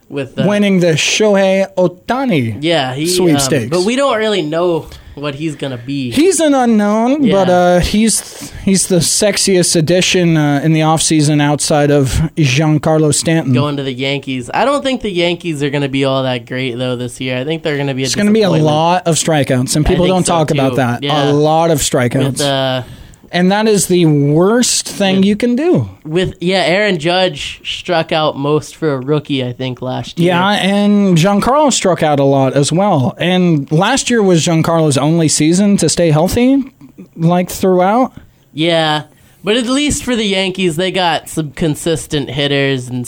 Speaker 2: with uh,
Speaker 1: winning the Shohei Otani.
Speaker 2: Yeah, he
Speaker 1: Sweepstakes.
Speaker 2: Um, but we don't really know what he's gonna be.
Speaker 1: He's an unknown,
Speaker 2: Yeah.
Speaker 1: but uh, he's he's the sexiest addition uh, in the offseason outside of Giancarlo Stanton.
Speaker 2: Going to the Yankees. I don't think the Yankees are going to be all that great though this year. I think they're going to be.
Speaker 1: It's going to be a lot of strikeouts, and people
Speaker 2: think
Speaker 1: don't
Speaker 2: so,
Speaker 1: talk about
Speaker 2: too.
Speaker 1: that.
Speaker 2: Yeah.
Speaker 1: A lot of
Speaker 2: with
Speaker 1: strikeouts,
Speaker 2: uh,
Speaker 1: and that is the worst thing you can do.
Speaker 2: with yeah. Aaron Judge struck out most for a rookie, I think, last year.
Speaker 1: Yeah, and Giancarlo struck out a lot as well. And last year was Giancarlo's only season to stay healthy, like throughout.
Speaker 2: yeah. But at least for the Yankees, they got some consistent hitters and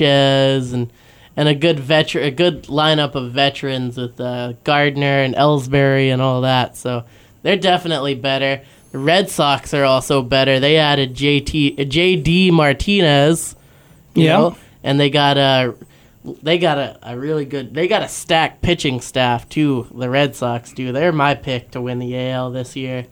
Speaker 2: Sanchez and and a good veteran, a good lineup of veterans with uh, Gardner and Ellsbury and all that. So they're definitely better. The Red Sox are also better. They added JT uh, JD Martinez. you
Speaker 1: Yeah.
Speaker 2: know, and they got a they got a, a really good they got a stacked pitching staff too. The Red Sox do. They're my pick to win the AL this year.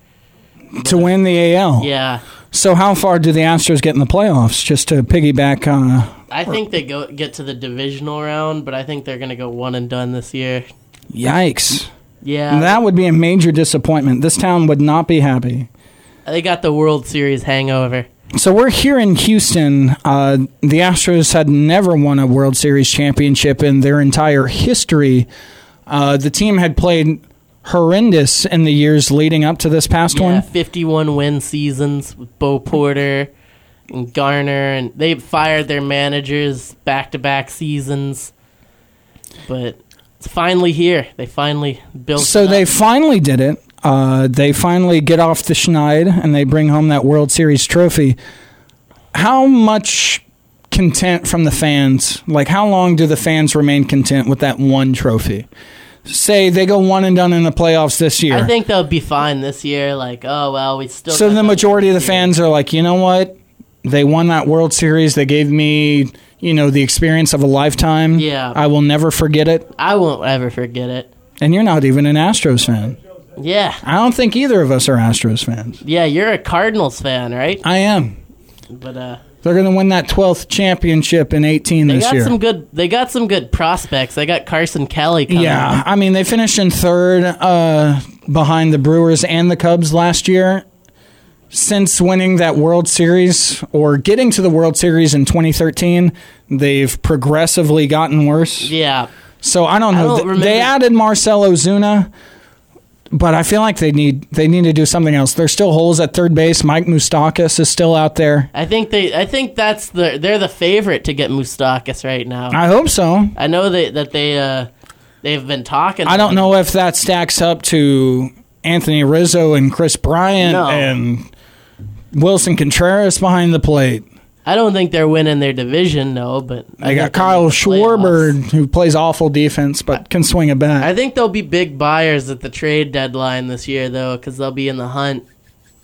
Speaker 1: to win the AL.
Speaker 2: Yeah.
Speaker 1: So how far do the Astros get in the playoffs? Just to piggyback on. Uh,
Speaker 2: I think they go get to the divisional round, but I think they're gonna go one and done this year.
Speaker 1: yikes!
Speaker 2: Yeah,
Speaker 1: That would be a major disappointment. This town would not be happy.
Speaker 2: they got the World Series hangover.
Speaker 1: So we're here in Houston. Uh, the Astros had never won a World Series championship in their entire history. Uh, the team had played horrendous in the years leading up to this past
Speaker 2: Yeah,
Speaker 1: one.
Speaker 2: fifty-one win seasons with Bo Porter and Garner, and they fired their managers back-to-back seasons. But it's finally here. They finally built.
Speaker 1: So
Speaker 2: it up.
Speaker 1: they finally did it. Uh, they finally get off the schneid and they bring home that World Series trophy. How much content from the fans? Like, how long do the fans remain content with that one trophy? Say they go one and done in the playoffs this year.
Speaker 2: I think they'll be fine this year. Like, oh well, we still.
Speaker 1: so
Speaker 2: got
Speaker 1: the majority of the fans are like, you know what? They won that World Series. They gave me, you know, the experience of a lifetime.
Speaker 2: Yeah.
Speaker 1: I will never forget it.
Speaker 2: I won't ever forget it.
Speaker 1: And you're not even an Astros fan.
Speaker 2: Yeah,
Speaker 1: I don't think either of us are Astros fans.
Speaker 2: yeah. You're a Cardinals fan, right?
Speaker 1: I am.
Speaker 2: But uh,
Speaker 1: They're going to win that 12th championship in 18
Speaker 2: They
Speaker 1: this
Speaker 2: got
Speaker 1: year.
Speaker 2: some good. They got some good prospects. They got Carson Kelly. Coming.
Speaker 1: yeah, I mean they finished in third uh, behind the Brewers and the Cubs last year. Since winning that World Series or getting to the World Series in 2013, they've progressively gotten worse.
Speaker 2: yeah.
Speaker 1: So I don't know.
Speaker 2: don't
Speaker 1: Th-
Speaker 2: remember-
Speaker 1: They added Marcelo Zuna, but I feel like they need they need to do something else. There's still holes at third base. Mike Moustakas is still out there.
Speaker 2: I think they. I think that's the. They're the favorite to get Mustakis right now. I,
Speaker 1: I hope so.
Speaker 2: know that that they. Uh, they've been talking.
Speaker 1: I don't know if that stacks up to Anthony Rizzo and Chris Bryant
Speaker 2: No.
Speaker 1: and Wilson Contreras behind the plate.
Speaker 2: I don't think they're winning their division. No, but
Speaker 1: They got Kyle Schwarber who plays awful defense but can swing a bat.
Speaker 2: I think they'll be big buyers at the trade deadline this year, though, because they'll be in the hunt.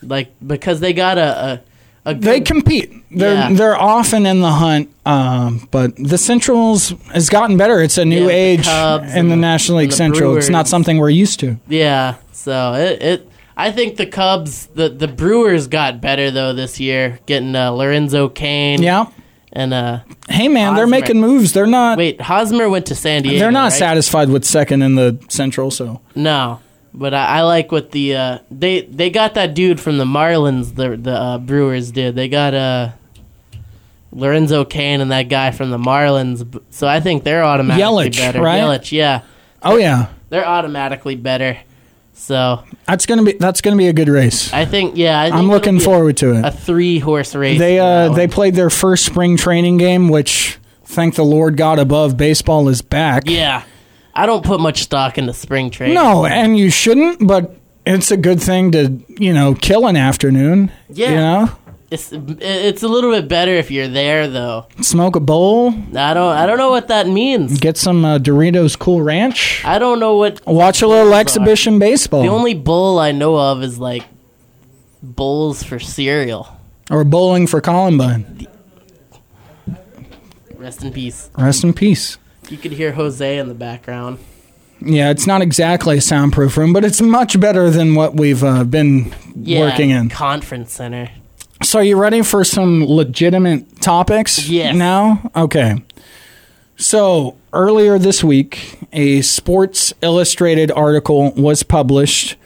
Speaker 2: Like because they got a a, a good,
Speaker 1: they compete. They're
Speaker 2: Yeah.
Speaker 1: they're often in the hunt, um, but the Central's has gotten better. It's a
Speaker 2: Yeah,
Speaker 1: new
Speaker 2: the
Speaker 1: age
Speaker 2: Cubs
Speaker 1: in
Speaker 2: and
Speaker 1: the
Speaker 2: the-
Speaker 1: National League
Speaker 2: and the
Speaker 1: Central. It's not
Speaker 2: Brewers.
Speaker 1: something we're used to.
Speaker 2: yeah. So it it I think the Cubs the the Brewers got better though this year, getting uh, Lorenzo Kane.
Speaker 1: Yeah.
Speaker 2: and uh
Speaker 1: Hey man, they're
Speaker 2: Hosmer.
Speaker 1: making moves. They're not
Speaker 2: wait Hosmer went to San Diego.
Speaker 1: they're not
Speaker 2: right?
Speaker 1: satisfied with second in the Central. So
Speaker 2: No, but I, I like what the uh, they they got that dude from the Marlins. The the uh, Brewers did. They got uh, Lorenzo Kane and that guy from the Marlins. b- So I think they're automatically
Speaker 1: Yelich,
Speaker 2: better.
Speaker 1: right?
Speaker 2: Yelich, yeah,
Speaker 1: oh yeah,
Speaker 2: they're automatically better. So
Speaker 1: that's gonna be that's gonna be a good race.
Speaker 2: I think yeah, I think
Speaker 1: I'm
Speaker 2: it'll
Speaker 1: looking
Speaker 2: be a-
Speaker 1: forward to
Speaker 2: A
Speaker 1: it.
Speaker 2: three horse race.
Speaker 1: They
Speaker 2: for that
Speaker 1: uh
Speaker 2: one.
Speaker 1: they played their first spring training game, which thank the Lord God above, baseball is back.
Speaker 2: yeah. I don't put much stock into spring training.
Speaker 1: No, and you shouldn't, but it's a good thing to, you know, kill an afternoon.
Speaker 2: Yeah.
Speaker 1: You know?
Speaker 2: it's it's a little bit better if you're there though.
Speaker 1: Smoke a bowl,
Speaker 2: I don't I don't know what that means.
Speaker 1: get some uh, Doritos Cool Ranch,
Speaker 2: I don't know what
Speaker 1: watch a little exhibition baseball.
Speaker 2: The only bowl I know of is like bowls for cereal.
Speaker 1: or bowling for Columbine.
Speaker 2: Rest in peace.
Speaker 1: Rest in peace.
Speaker 2: You could hear Jose in the background.
Speaker 1: Yeah, it's not exactly a soundproof room, but it's much better than what we've uh, been
Speaker 2: Yeah,
Speaker 1: working in.
Speaker 2: conference center.
Speaker 1: So, you ready for some legitimate topics
Speaker 2: Yes.
Speaker 1: now? Okay. So, earlier this week, a Sports Illustrated article was published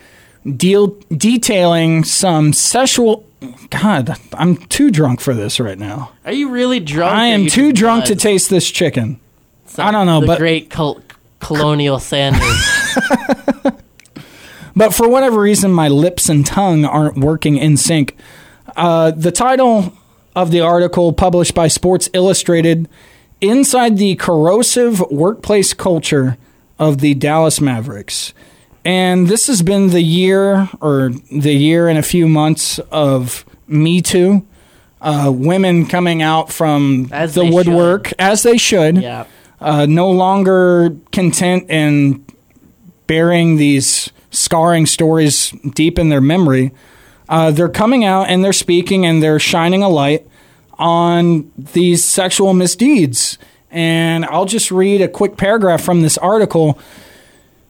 Speaker 1: deal- detailing some sexual. God, I'm too drunk for this right now.
Speaker 2: Are you really drunk?
Speaker 1: I
Speaker 2: or
Speaker 1: am
Speaker 2: you
Speaker 1: too
Speaker 2: just
Speaker 1: drunk to
Speaker 2: buzzed?
Speaker 1: taste this chicken.
Speaker 2: Some-
Speaker 1: I don't know,
Speaker 2: the
Speaker 1: but-
Speaker 2: great col- colonial Sanders.
Speaker 1: But for whatever reason, my lips and tongue aren't working in sync. Uh, the title of the article published by Sports Illustrated Inside the Corrosive Workplace Culture of the Dallas Mavericks. And this has been the year or the year and a few months of Me Too. Uh, women coming out from
Speaker 2: As
Speaker 1: the
Speaker 2: they
Speaker 1: woodwork as they should
Speaker 2: yeah,
Speaker 1: uh, no longer content in burying these scarring stories deep in their memory. Uh, they're coming out and they're speaking and they're shining a light on these sexual misdeeds. And I'll just read a quick paragraph from this article.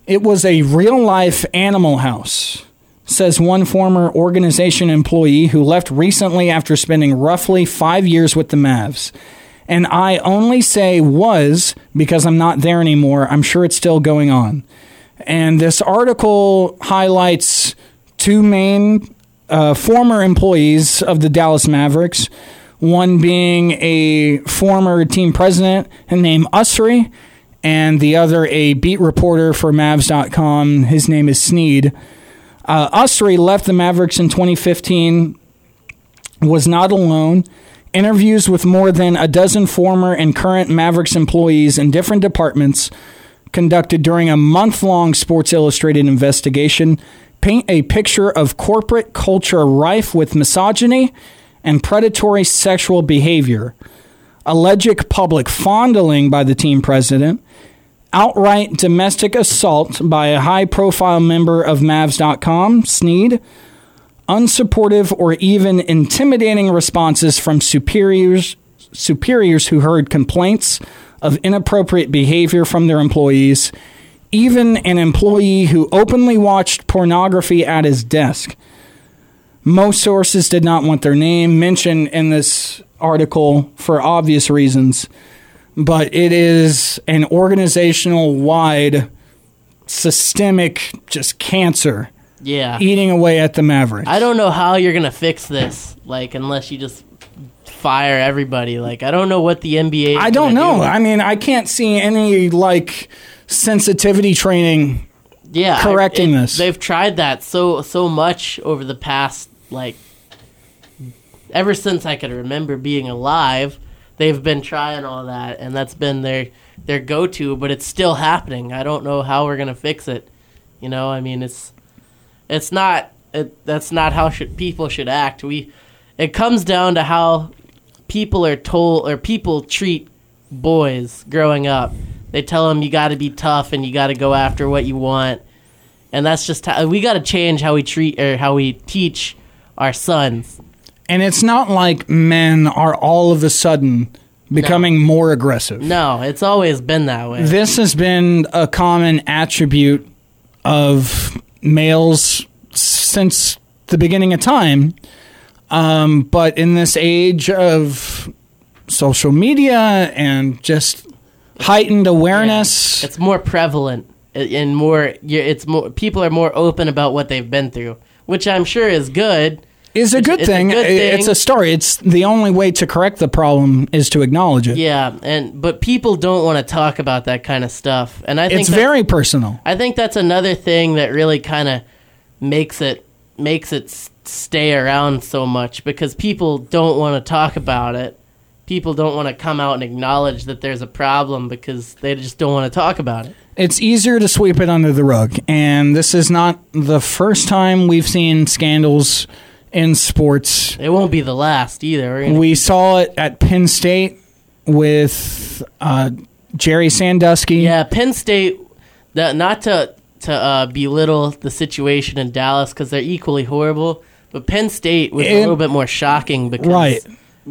Speaker 1: It was a real life animal house, says one former organization employee who left recently after spending roughly five years with the Mavs. And I only say was because I'm not there anymore. I'm sure it's still going on. And this article highlights two main uh, former employees of the Dallas Mavericks, one being a former team president named Usry, and the other a beat reporter for Mavs.com. His name is Sneed. Uh, Usry left the Mavericks in 2015 was not alone. Interviews with more than a dozen former and current Mavericks employees in different departments conducted during a month long Sports Illustrated investigation paint a picture of corporate culture rife with misogyny and predatory sexual behavior, alleged public fondling by the team president, outright domestic assault by a high profile member of Mavs.com, Sneed unsupportive or even intimidating responses from superiors superiors who heard complaints of inappropriate behavior from their employees even an employee who openly watched pornography at his desk most sources did not want their name mentioned in this article for obvious reasons, but it is an organizational wide systemic just cancer
Speaker 2: Yeah.
Speaker 1: eating away at the Mavericks.
Speaker 2: I don't know how you're gonna fix this. Like unless you just fire everybody. Like I don't know what the NBA. is
Speaker 1: I don't
Speaker 2: gonna
Speaker 1: know.
Speaker 2: do.
Speaker 1: I mean, I can't see any like sensitivity training
Speaker 2: yeah, I-
Speaker 1: correcting
Speaker 2: it-
Speaker 1: this.
Speaker 2: They've tried that so so much over the past like ever since I could remember being alive. They've been trying all that, and that's been their their go to. But it's still happening. I don't know how we're gonna fix it. You know, I mean, it's it's not it, that's not how should people should act. We it comes down to how people are told or people treat boys growing up. They tell them you got to be tough and you got to go after what you want, and that's just how we got to change how we treat or how we teach our sons.
Speaker 1: And it's not like men are all of a sudden becoming more aggressive.
Speaker 2: No, it's always been that way.
Speaker 1: This has been a common attribute of males since the beginning of time. Um, but in this age of social media and just heightened awareness,
Speaker 2: It's more prevalent a- and more. yeah, It's more people are more open about what they've been through, which I'm sure is good.
Speaker 1: is a good
Speaker 2: it's a
Speaker 1: thing.
Speaker 2: good
Speaker 1: I- It's
Speaker 2: thing.
Speaker 1: a story. It's the only way to correct the problem is to acknowledge it.
Speaker 2: Yeah, and but people don't want to talk about that kind of stuff, and I think
Speaker 1: it's
Speaker 2: that's-
Speaker 1: very personal.
Speaker 2: I think that's another thing that really kind of makes it makes it s- stay around so much because people don't want to talk about it. People don't want to come out and acknowledge that there's a problem because they just don't want to talk about it.
Speaker 1: It's easier to sweep it under the rug, and this is not the first time we've seen scandals in sports.
Speaker 2: It won't be the last either. We're gonna-
Speaker 1: We saw it at Penn State with uh, Jerry Sandusky.
Speaker 2: yeah, Penn State. That, not to to uh, belittle the situation in Dallas because they're equally horrible, but Penn State was
Speaker 1: And-
Speaker 2: a little bit more shocking because
Speaker 1: right,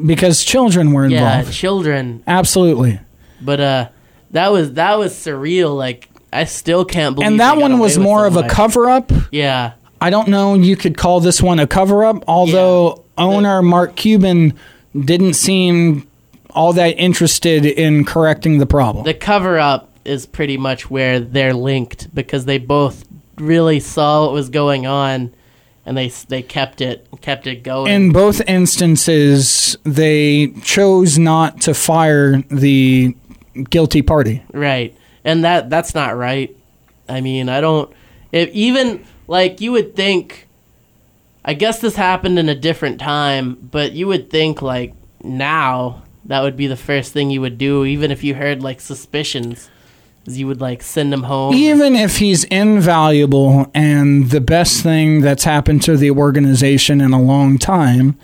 Speaker 1: because children were
Speaker 2: yeah,
Speaker 1: involved.
Speaker 2: children
Speaker 1: Absolutely.
Speaker 2: But uh, that was that was surreal. Like I still can't believe.
Speaker 1: And
Speaker 2: they
Speaker 1: that
Speaker 2: got
Speaker 1: one
Speaker 2: away
Speaker 1: was
Speaker 2: with
Speaker 1: more
Speaker 2: it.
Speaker 1: of a
Speaker 2: Like,
Speaker 1: cover up.
Speaker 2: Yeah,
Speaker 1: I don't know you could call this one a cover up, although owner Mark Cuban didn't seem all that interested in correcting the problem.
Speaker 2: the cover up is pretty much where they're linked because they both really saw what was going on, and they s- they kept it kept it going.
Speaker 1: in both instances, they chose not to fire the guilty party.
Speaker 2: Right. And that that's not right. I mean, I don't if even like you would think I guess this happened in a different time, but you would think like now that would be the first thing you would do even if you heard like suspicions. Is you would like send them home.
Speaker 1: Even if he's invaluable and the best thing that's happened to the organization in a long time,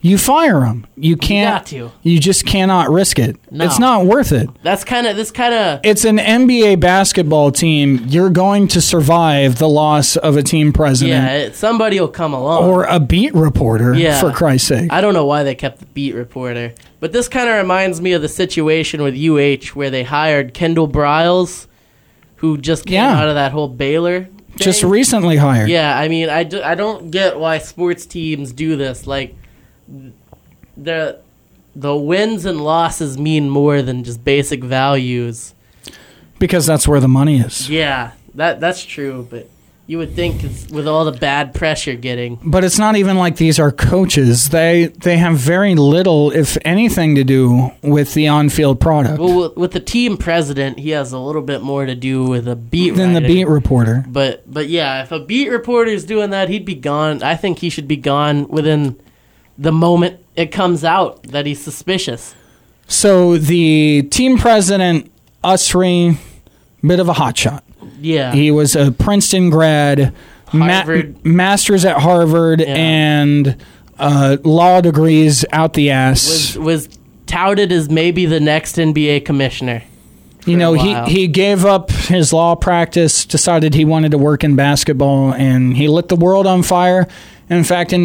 Speaker 1: you fire him. You can't.
Speaker 2: got to.
Speaker 1: You just cannot risk it.
Speaker 2: No.
Speaker 1: It's not worth it.
Speaker 2: That's kind of this kind of
Speaker 1: It's an NBA basketball team. You're going to survive the loss of a team
Speaker 2: yeah,
Speaker 1: president
Speaker 2: it, somebody will come along.
Speaker 1: or a beat reporter,
Speaker 2: Yeah.
Speaker 1: for Christ's sake.
Speaker 2: I don't know why they kept the beat reporter, but this kind of reminds me of the situation with UH where they hired Kendall Briles, who just came
Speaker 1: Yeah.
Speaker 2: out of that whole Baylor. Thing.
Speaker 1: just recently hired.
Speaker 2: yeah, I mean, I, do, I don't get why sports teams do this. Like, the the wins and losses mean more than just basic values.
Speaker 1: Because that's where the money is.
Speaker 2: Yeah, that that's true, but you would think it's with all the bad press you're getting.
Speaker 1: But it's not even like these are coaches. They they have very little, if anything, to do with the on-field product
Speaker 2: Well, with- with the team president, he has a little bit more to do with a beat
Speaker 1: than the
Speaker 2: writer.
Speaker 1: beat reporter.
Speaker 2: But but yeah, if a beat reporter's doing that, he'd be gone. I think he should be gone within the moment it comes out that he's suspicious.
Speaker 1: So the team president, Usri, bit of a hotshot.
Speaker 2: Yeah.
Speaker 1: He was a Princeton grad,
Speaker 2: Harvard.
Speaker 1: master's at Harvard, and uh, law degrees out the ass.
Speaker 2: was was touted as maybe the next NBA commissioner.
Speaker 1: you know,
Speaker 2: a
Speaker 1: he,
Speaker 2: while.
Speaker 1: he gave up his law practice, decided he wanted to work in basketball, and he lit the world on fire. In fact, in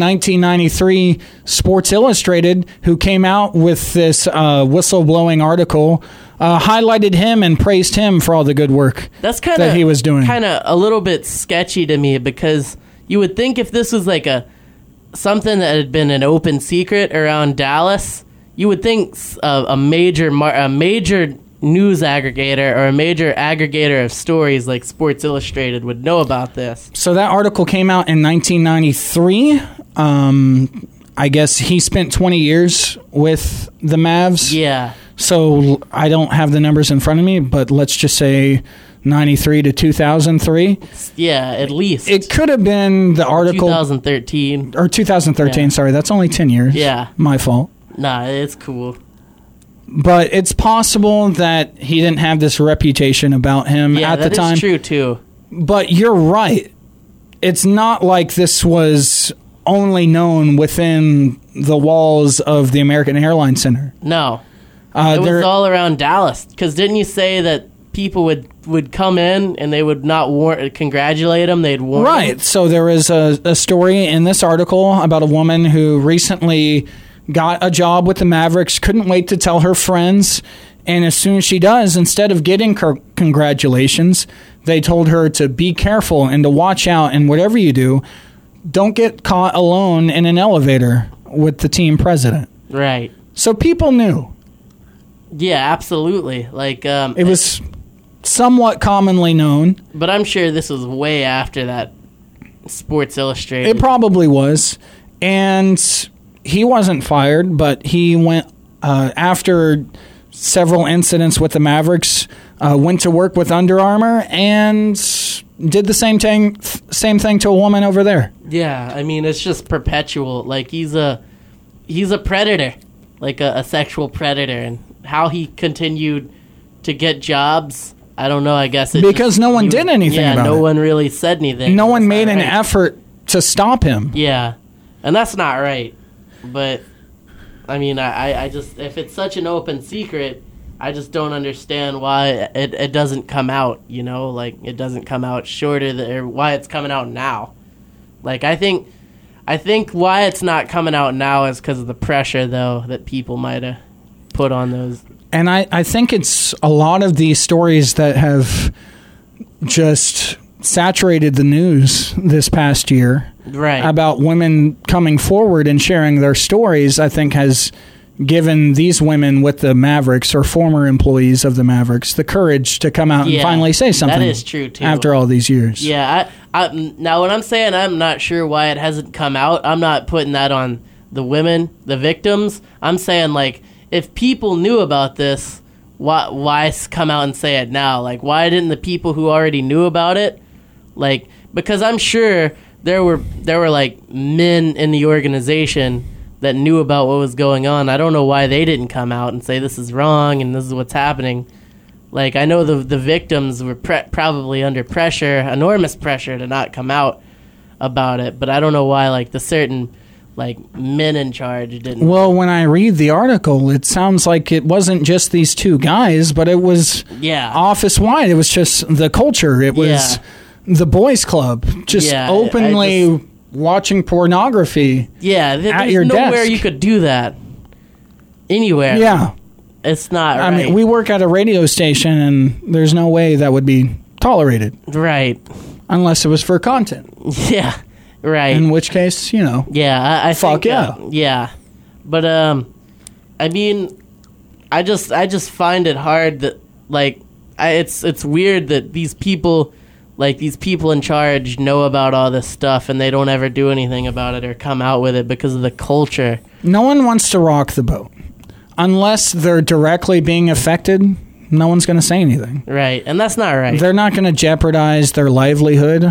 Speaker 1: 1993, Sports Illustrated, who came out with this uh, whistleblowing article, uh, highlighted him and praised him for all the good work.
Speaker 2: That's kind of
Speaker 1: That he was doing.
Speaker 2: kind of a little bit sketchy to me because you would think if this was like a something that had been an open secret around Dallas, you would think s- a, a major mar- a major news aggregator or a major aggregator of stories like Sports Illustrated would know about this.
Speaker 1: So that article came out in 1993. Um, I guess he spent 20 years with the Mavs.
Speaker 2: Yeah.
Speaker 1: So l- I don't have the numbers in front of me, but let's just say 93 to 2003.
Speaker 2: Yeah, at least
Speaker 1: It could have been the article
Speaker 2: 2013.
Speaker 1: or 2013.
Speaker 2: Yeah.
Speaker 1: Sorry, that's only 10 years.
Speaker 2: Yeah.
Speaker 1: my fault.
Speaker 2: Nah, it's cool.
Speaker 1: But it's possible that he didn't have this reputation about him
Speaker 2: Yeah,
Speaker 1: at
Speaker 2: that
Speaker 1: the
Speaker 2: is
Speaker 1: time.
Speaker 2: true too.
Speaker 1: But you're right. It's not like this was only known within the walls of the American Airlines Center.
Speaker 2: No,
Speaker 1: Uh,
Speaker 2: it was
Speaker 1: there,
Speaker 2: all around Dallas. Because didn't you say that people would would come in and they would not war- congratulate him? They'd warn him?
Speaker 1: right. So there is a, a story in this article about a woman who recently got a job with the Mavericks, couldn't wait to tell her friends. And as soon as she does, instead of getting cor- congratulations, they told her to be careful and to watch out. And whatever you do, don't get caught alone in an elevator with the team president.
Speaker 2: Right.
Speaker 1: So people knew.
Speaker 2: Yeah, absolutely. Like um,
Speaker 1: It was somewhat commonly known.
Speaker 2: but I'm sure this was way after that Sports Illustrated.
Speaker 1: It probably was. And he wasn't fired, but he went uh, after several incidents with the Mavericks, uh, went to work with Under Armour and did the same thing same thing to a woman over there.
Speaker 2: yeah, I mean it's just perpetual. Like he's a he's a predator, like a, a sexual predator, and how he continued to get jobs. I don't know. I guess it
Speaker 1: Because no one did anything
Speaker 2: Yeah,
Speaker 1: about
Speaker 2: no
Speaker 1: it.
Speaker 2: one really said anything.
Speaker 1: No one
Speaker 2: That's
Speaker 1: made
Speaker 2: not
Speaker 1: an
Speaker 2: right.
Speaker 1: effort to stop him.
Speaker 2: Yeah, and that's not right. But I mean, I, I- I just if it's such an open secret, I just don't understand why it, it doesn't come out. You know, like it doesn't come out shorter than or why it's coming out now. Like I think, I think why it's not coming out now is because of the pressure though that people might have put on those.
Speaker 1: And I, I think it's a lot of these stories that have just saturated the news this past year
Speaker 2: Right.
Speaker 1: about women coming forward and sharing their stories, I think has given these women with the Mavericks or former employees of the Mavericks the courage to come out
Speaker 2: Yeah,
Speaker 1: and finally say
Speaker 2: that
Speaker 1: something.
Speaker 2: is true, too.
Speaker 1: After all these years.
Speaker 2: Yeah, I, I m- now when I'm saying I'm not sure why it hasn't come out, I'm not putting that on the women, the victims. I'm saying like if people knew about this, why why s- come out and say it now? Like why didn't the people who already knew about it like because I'm sure there were there were like men in the organization that knew about what was going on. I don't know why they didn't come out and say this is wrong and this is what's happening. Like I know the the victims were pre- probably under pressure, enormous pressure to not come out about it, but I don't know why like the certain like men in charge didn't.
Speaker 1: Well, when I read the article, it sounds like it wasn't just these two guys, but it was
Speaker 2: yeah.
Speaker 1: office wide. It was just the culture. It was
Speaker 2: Yeah.
Speaker 1: the boys club just
Speaker 2: Yeah, I- I
Speaker 1: openly
Speaker 2: just-
Speaker 1: watching pornography.
Speaker 2: yeah, th-
Speaker 1: at
Speaker 2: there's
Speaker 1: your
Speaker 2: nowhere
Speaker 1: desk.
Speaker 2: you could do that. Anywhere.
Speaker 1: Yeah.
Speaker 2: It's not
Speaker 1: I
Speaker 2: right.
Speaker 1: mean, we work at a radio station and there's no way that would be tolerated
Speaker 2: right.
Speaker 1: unless it was for content.
Speaker 2: Yeah. Right.
Speaker 1: In which case, you know,
Speaker 2: Yeah, I, I
Speaker 1: Fuck
Speaker 2: think, uh, yeah, but um, I mean, I just I just find it hard that like I, it's it's weird that these people like these people in charge know about all this stuff and they don't ever do anything about it or come out with it because of the culture.
Speaker 1: no one wants to rock the boat unless they're directly being affected. No one's going to say anything.
Speaker 2: Right, and that's not right.
Speaker 1: They're not going to jeopardize their livelihood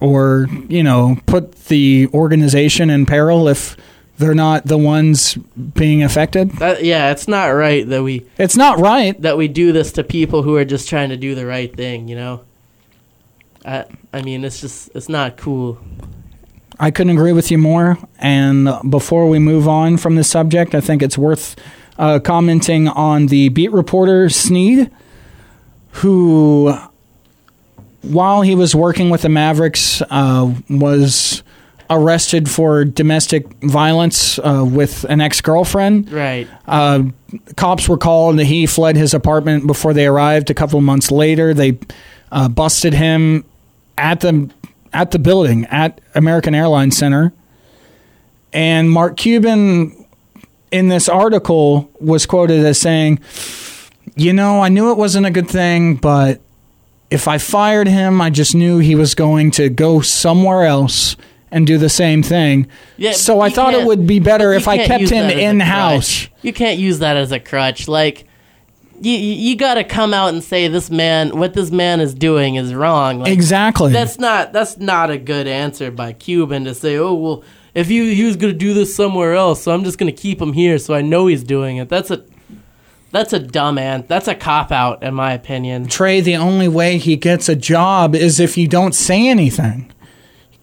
Speaker 1: or, you know, put the organization in peril if they're not the ones being affected.
Speaker 2: That- yeah, it's not right that we
Speaker 1: It's not right.
Speaker 2: that we do this to people who are just trying to do the right thing. You know, I I mean, it's just it's not cool.
Speaker 1: I couldn't agree with you more. And before we move on from the subject, I think it's worth uh, commenting on the beat reporter Sneed, who, while he was working with the Mavericks, uh, was arrested for domestic violence uh, with an ex girlfriend.
Speaker 2: Right.
Speaker 1: Uh, cops were called. He fled his apartment before they arrived. A couple of months later, they uh, busted him at the at the building at American Airlines Center. And Mark Cuban in this article was quoted as saying, "You know, I knew it wasn't a good thing, but if I fired him, I just knew he was going to go somewhere else." And do the same thing.
Speaker 2: Yeah,
Speaker 1: so
Speaker 2: but
Speaker 1: I
Speaker 2: you
Speaker 1: thought it
Speaker 2: can't-
Speaker 1: would be better
Speaker 2: You
Speaker 1: if I
Speaker 2: can't
Speaker 1: kept
Speaker 2: use
Speaker 1: him
Speaker 2: that as a
Speaker 1: in house.
Speaker 2: crutch. You can't use that as a crutch. Like, you you got to come out and say this man, what this man is doing is wrong. Like,
Speaker 1: Exactly.
Speaker 2: That's not that's not a good answer by Cuban to say, oh well, if you he was gonna do this somewhere else, so I'm just gonna keep him here, so I know he's doing it. That's a that's a dumb ant. That's a cop out, in my opinion.
Speaker 1: Trey, the only way he gets a job is if you don't say anything.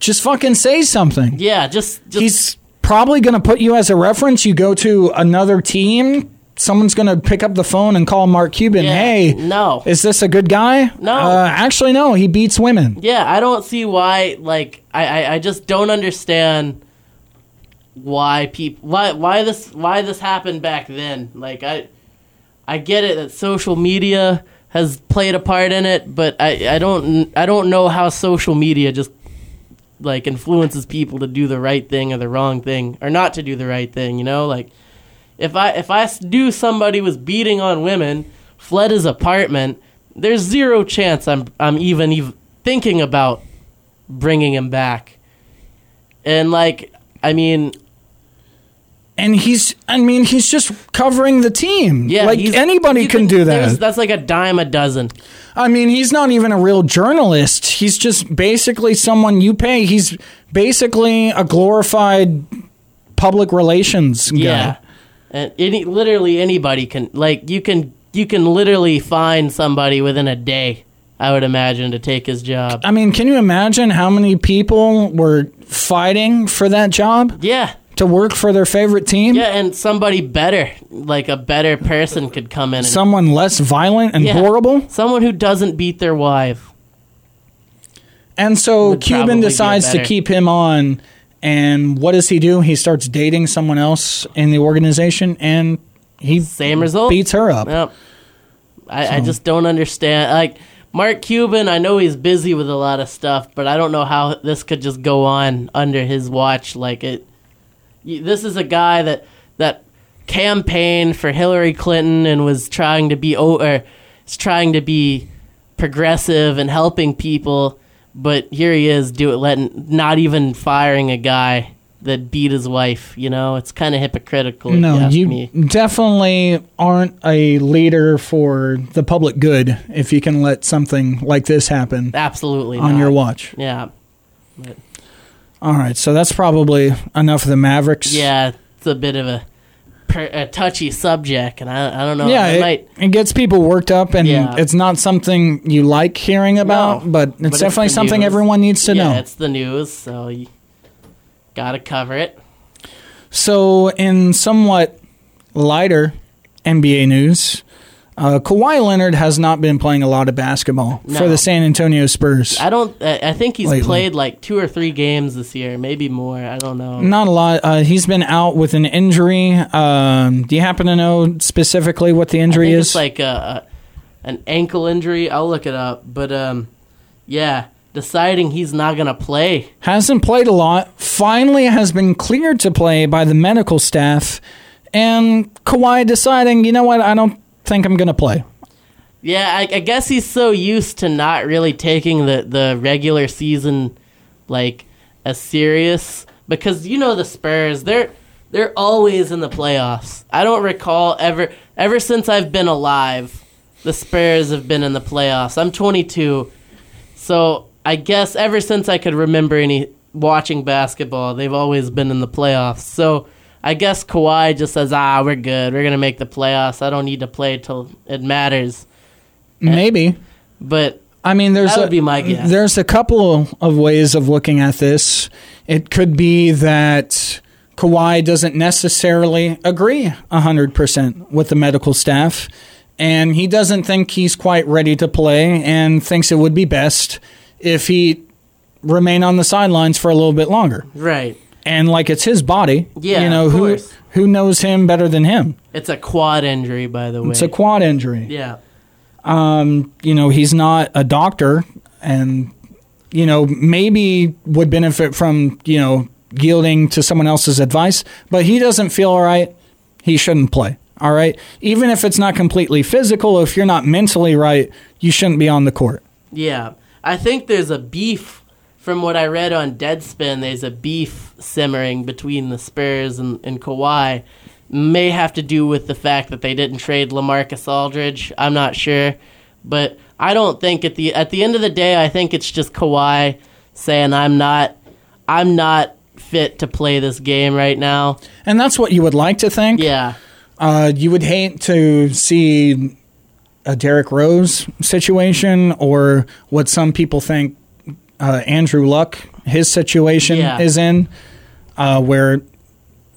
Speaker 1: Just fucking say something.
Speaker 2: Yeah, just just
Speaker 1: He's probably going to put you as a reference. You go to another team, someone's going to pick up the phone and call Mark Cuban,
Speaker 2: yeah,
Speaker 1: hey,
Speaker 2: no.
Speaker 1: is this a good guy?
Speaker 2: No.
Speaker 1: Uh, actually, no, he beats women.
Speaker 2: Yeah, I don't see why. Like, I, I, I just don't understand why people why why this why this happened back then. Like, I I get it that social media has played a part in it, but I I don't I don't know how social media just like influences people to do the right thing or the wrong thing or not to do the right thing. You know, like if I if I s- knew somebody was beating on women, fled his apartment, there's zero chance I'm I'm even ev- thinking about bringing him back. And like, I mean,
Speaker 1: And he's, I mean, he's just covering the team.
Speaker 2: yeah,
Speaker 1: like
Speaker 2: he's-
Speaker 1: anybody
Speaker 2: you
Speaker 1: can do
Speaker 2: there's-
Speaker 1: that.
Speaker 2: That's like a dime a dozen.
Speaker 1: I mean, he's not even a real journalist. He's just basically someone you pay. He's basically a glorified public relations guy.
Speaker 2: Yeah. And any literally anybody can like you can you can literally find somebody within a day, I would imagine, to take his job.
Speaker 1: I mean, can you imagine how many people were fighting for that job
Speaker 2: Yeah.
Speaker 1: to work for their favorite team?
Speaker 2: Yeah, and somebody better, like a better person could come in and
Speaker 1: Someone less violent and
Speaker 2: Yeah.
Speaker 1: horrible?
Speaker 2: Someone who doesn't beat their wife.
Speaker 1: And so
Speaker 2: Would
Speaker 1: Cuban
Speaker 2: probably be
Speaker 1: decides to
Speaker 2: better.
Speaker 1: keep him on. And what does he do? He starts dating someone else in the organization and he
Speaker 2: Same result.
Speaker 1: beats her up.
Speaker 2: Yep. I, I just don't understand. Like Mark Cuban, I know he's busy with a lot of stuff, but I don't know how this could just go on under his watch. Like it, you- this is a guy that that campaigned for Hillary Clinton and was trying to be o- or is trying to be progressive and helping people, but here he is do it letting not even firing a guy that beat his wife. You know, it's kind of hypocritical. if
Speaker 1: No,
Speaker 2: ask
Speaker 1: you
Speaker 2: me.
Speaker 1: definitely aren't a leader for the public good if you can let something like this happen
Speaker 2: absolutely
Speaker 1: on
Speaker 2: not.
Speaker 1: your watch.
Speaker 2: Yeah,
Speaker 1: All right, so that's probably enough of the Mavericks.
Speaker 2: yeah, it's a bit of a, per, a touchy subject, and I, I don't know.
Speaker 1: Yeah,
Speaker 2: I
Speaker 1: it,
Speaker 2: might,
Speaker 1: it gets people worked up, and
Speaker 2: Yeah.
Speaker 1: it's not something you like hearing about,
Speaker 2: No,
Speaker 1: but it's
Speaker 2: but it's
Speaker 1: definitely
Speaker 2: the
Speaker 1: something
Speaker 2: news.
Speaker 1: everyone needs to
Speaker 2: yeah,
Speaker 1: know.
Speaker 2: it's the news, so you gotta cover it.
Speaker 1: So, in somewhat lighter NBA news, uh, Kawhi Leonard has not been playing a lot of basketball for
Speaker 2: No.
Speaker 1: the San Antonio Spurs.
Speaker 2: I don't. I, I think he's
Speaker 1: Lately.
Speaker 2: played like two or three games this year, maybe more. I don't know.
Speaker 1: Not a lot. Uh, he's been out with an injury. Um, do you happen to know specifically what the
Speaker 2: I
Speaker 1: injury
Speaker 2: think
Speaker 1: is?
Speaker 2: it's like a, a an ankle injury. I'll look it up, but um, yeah, deciding he's not gonna play.
Speaker 1: hasn't played a lot, finally has been cleared to play by the medical staff, and Kawhi deciding, you know what, I don't think I'm going to play.
Speaker 2: Yeah, I, I guess he's so used to not really taking the, the regular season like as serious because you know the Spurs they're they're always in the playoffs. I don't recall ever ever since I've been alive, the Spurs have been in the playoffs. I'm 22, so I guess ever since I could remember any watching basketball, they've always been in the playoffs. So I guess Kawhi just says, "Ah, we're good. We're gonna make the playoffs. I don't need to play till it matters."
Speaker 1: Maybe.
Speaker 2: But
Speaker 1: I mean, there's
Speaker 2: That
Speaker 1: a,
Speaker 2: would be my guess.
Speaker 1: There's a couple of ways of looking at this. It could be that Kawhi doesn't necessarily agree 100% with the medical staff, and he doesn't think he's quite ready to play and thinks it would be best if he remain on the sidelines for a little bit longer.
Speaker 2: right,
Speaker 1: and like it's his body.
Speaker 2: Yeah,
Speaker 1: you know
Speaker 2: of
Speaker 1: who
Speaker 2: course.
Speaker 1: who knows him better than him.
Speaker 2: it's a quad injury, by the way.
Speaker 1: It's a quad injury.
Speaker 2: yeah,
Speaker 1: You know he's not a doctor, and you know maybe would benefit from you know yielding to someone else's advice, but he doesn't feel all right. he shouldn't play. All right. Even if it's not completely physical, if you're not mentally right, you shouldn't be on the court.
Speaker 2: Yeah. I think there's a beef from what I read on Deadspin, there's a beef simmering between the Spurs and, and Kawhi. May have to do with the fact that they didn't trade Lamarcus Aldridge. I'm not sure. But I don't think at the at the end of the day I think it's just Kawhi saying I'm not I'm not fit to play this game right now.
Speaker 1: And that's what you would like to think.
Speaker 2: Yeah.
Speaker 1: Uh, you would hate to see a Derrick Rose situation or what some people think uh, Andrew Luck, his situation
Speaker 2: Yeah.
Speaker 1: is in, uh, where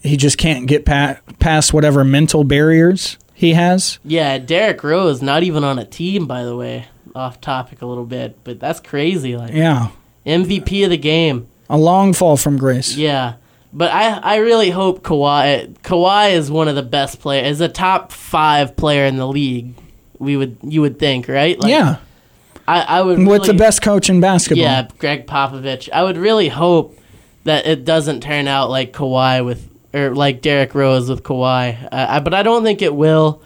Speaker 1: he just can't get pa- past whatever mental barriers he has.
Speaker 2: Yeah, Derrick Rose not even on a team by the way. Off topic a little bit, but that's crazy like
Speaker 1: Yeah.
Speaker 2: MVP of the game.
Speaker 1: A long fall from grace.
Speaker 2: Yeah, but I I really hope Kawhi Kawhi is one of the best player is a top five player in the league. We would you would think right? Like,
Speaker 1: yeah.
Speaker 2: I I would
Speaker 1: With the
Speaker 2: really-
Speaker 1: best coach in basketball.
Speaker 2: Yeah, Greg Popovich. I would really hope that it doesn't turn out like Kawhi with or like Derrick Rose with Kawhi. Uh, I, but I don't think it will.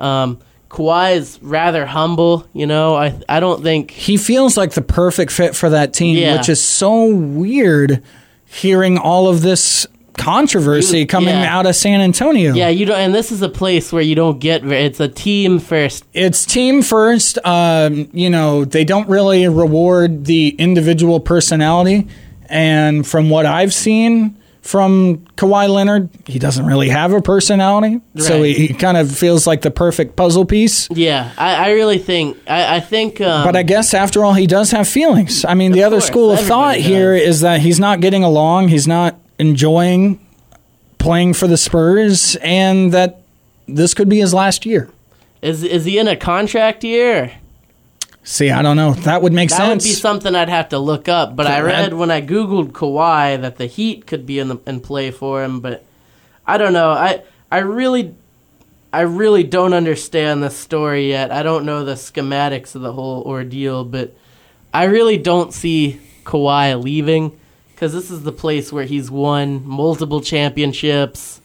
Speaker 2: Um, Kawhi is rather humble, you know. I I don't think
Speaker 1: He feels like the perfect fit for that team,
Speaker 2: Yeah.
Speaker 1: which is so weird hearing all of this controversy
Speaker 2: You-
Speaker 1: coming
Speaker 2: yeah.
Speaker 1: out of San Antonio.
Speaker 2: yeah, you don't and this is a place where you don't get ver- it's a team first
Speaker 1: it's team first. Um, you know, they don't really reward the individual personality. And from what I've seen from Kawhi Leonard, he doesn't really have a personality. So he,
Speaker 2: Right.
Speaker 1: he kind of feels like the perfect puzzle piece.
Speaker 2: Yeah, I, I really think I, I think um,
Speaker 1: But I guess after all, he does have feelings. I mean, the other
Speaker 2: course,
Speaker 1: school of thought
Speaker 2: everybody
Speaker 1: here
Speaker 2: does.
Speaker 1: is that he's not getting along, he's not enjoying playing for the Spurs, and that this could be his last year.
Speaker 2: is is he in a contract year?
Speaker 1: See, I don't know. That would make
Speaker 2: That
Speaker 1: sense.
Speaker 2: would be something I'd have to look up. But I
Speaker 1: Could-
Speaker 2: read when I googled Kawhi that the Heat could be in the, in play for him. But I don't know. I I really I really don't understand this story yet. I don't know the schematics of the whole ordeal, but I really don't see Kawhi leaving because this is the place where he's won multiple championships.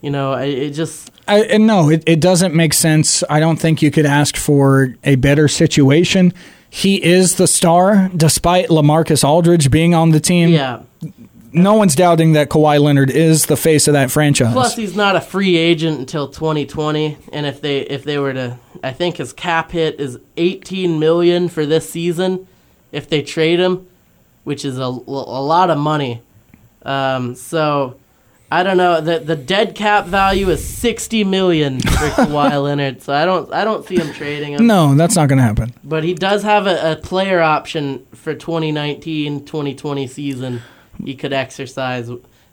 Speaker 2: You know, I, it just
Speaker 1: I, and no, it, it doesn't make sense. I don't think you could ask for a better situation. He is the star, despite Lamarcus Aldridge being on the team.
Speaker 2: yeah.
Speaker 1: No one's doubting that Kawhi Leonard is the face of that franchise.
Speaker 2: Plus, he's not a free agent until 2020, and if they if they were to, I think his cap hit is 18 million for this season. If they trade him, which is a, a lot of money, um, so I don't know. the The dead cap value is 60 million for Kawhi Leonard, so I don't I don't see him trading him.
Speaker 1: no, that's not going to happen.
Speaker 2: But he does have a, a player option for 2019-2020 season. He could exercise.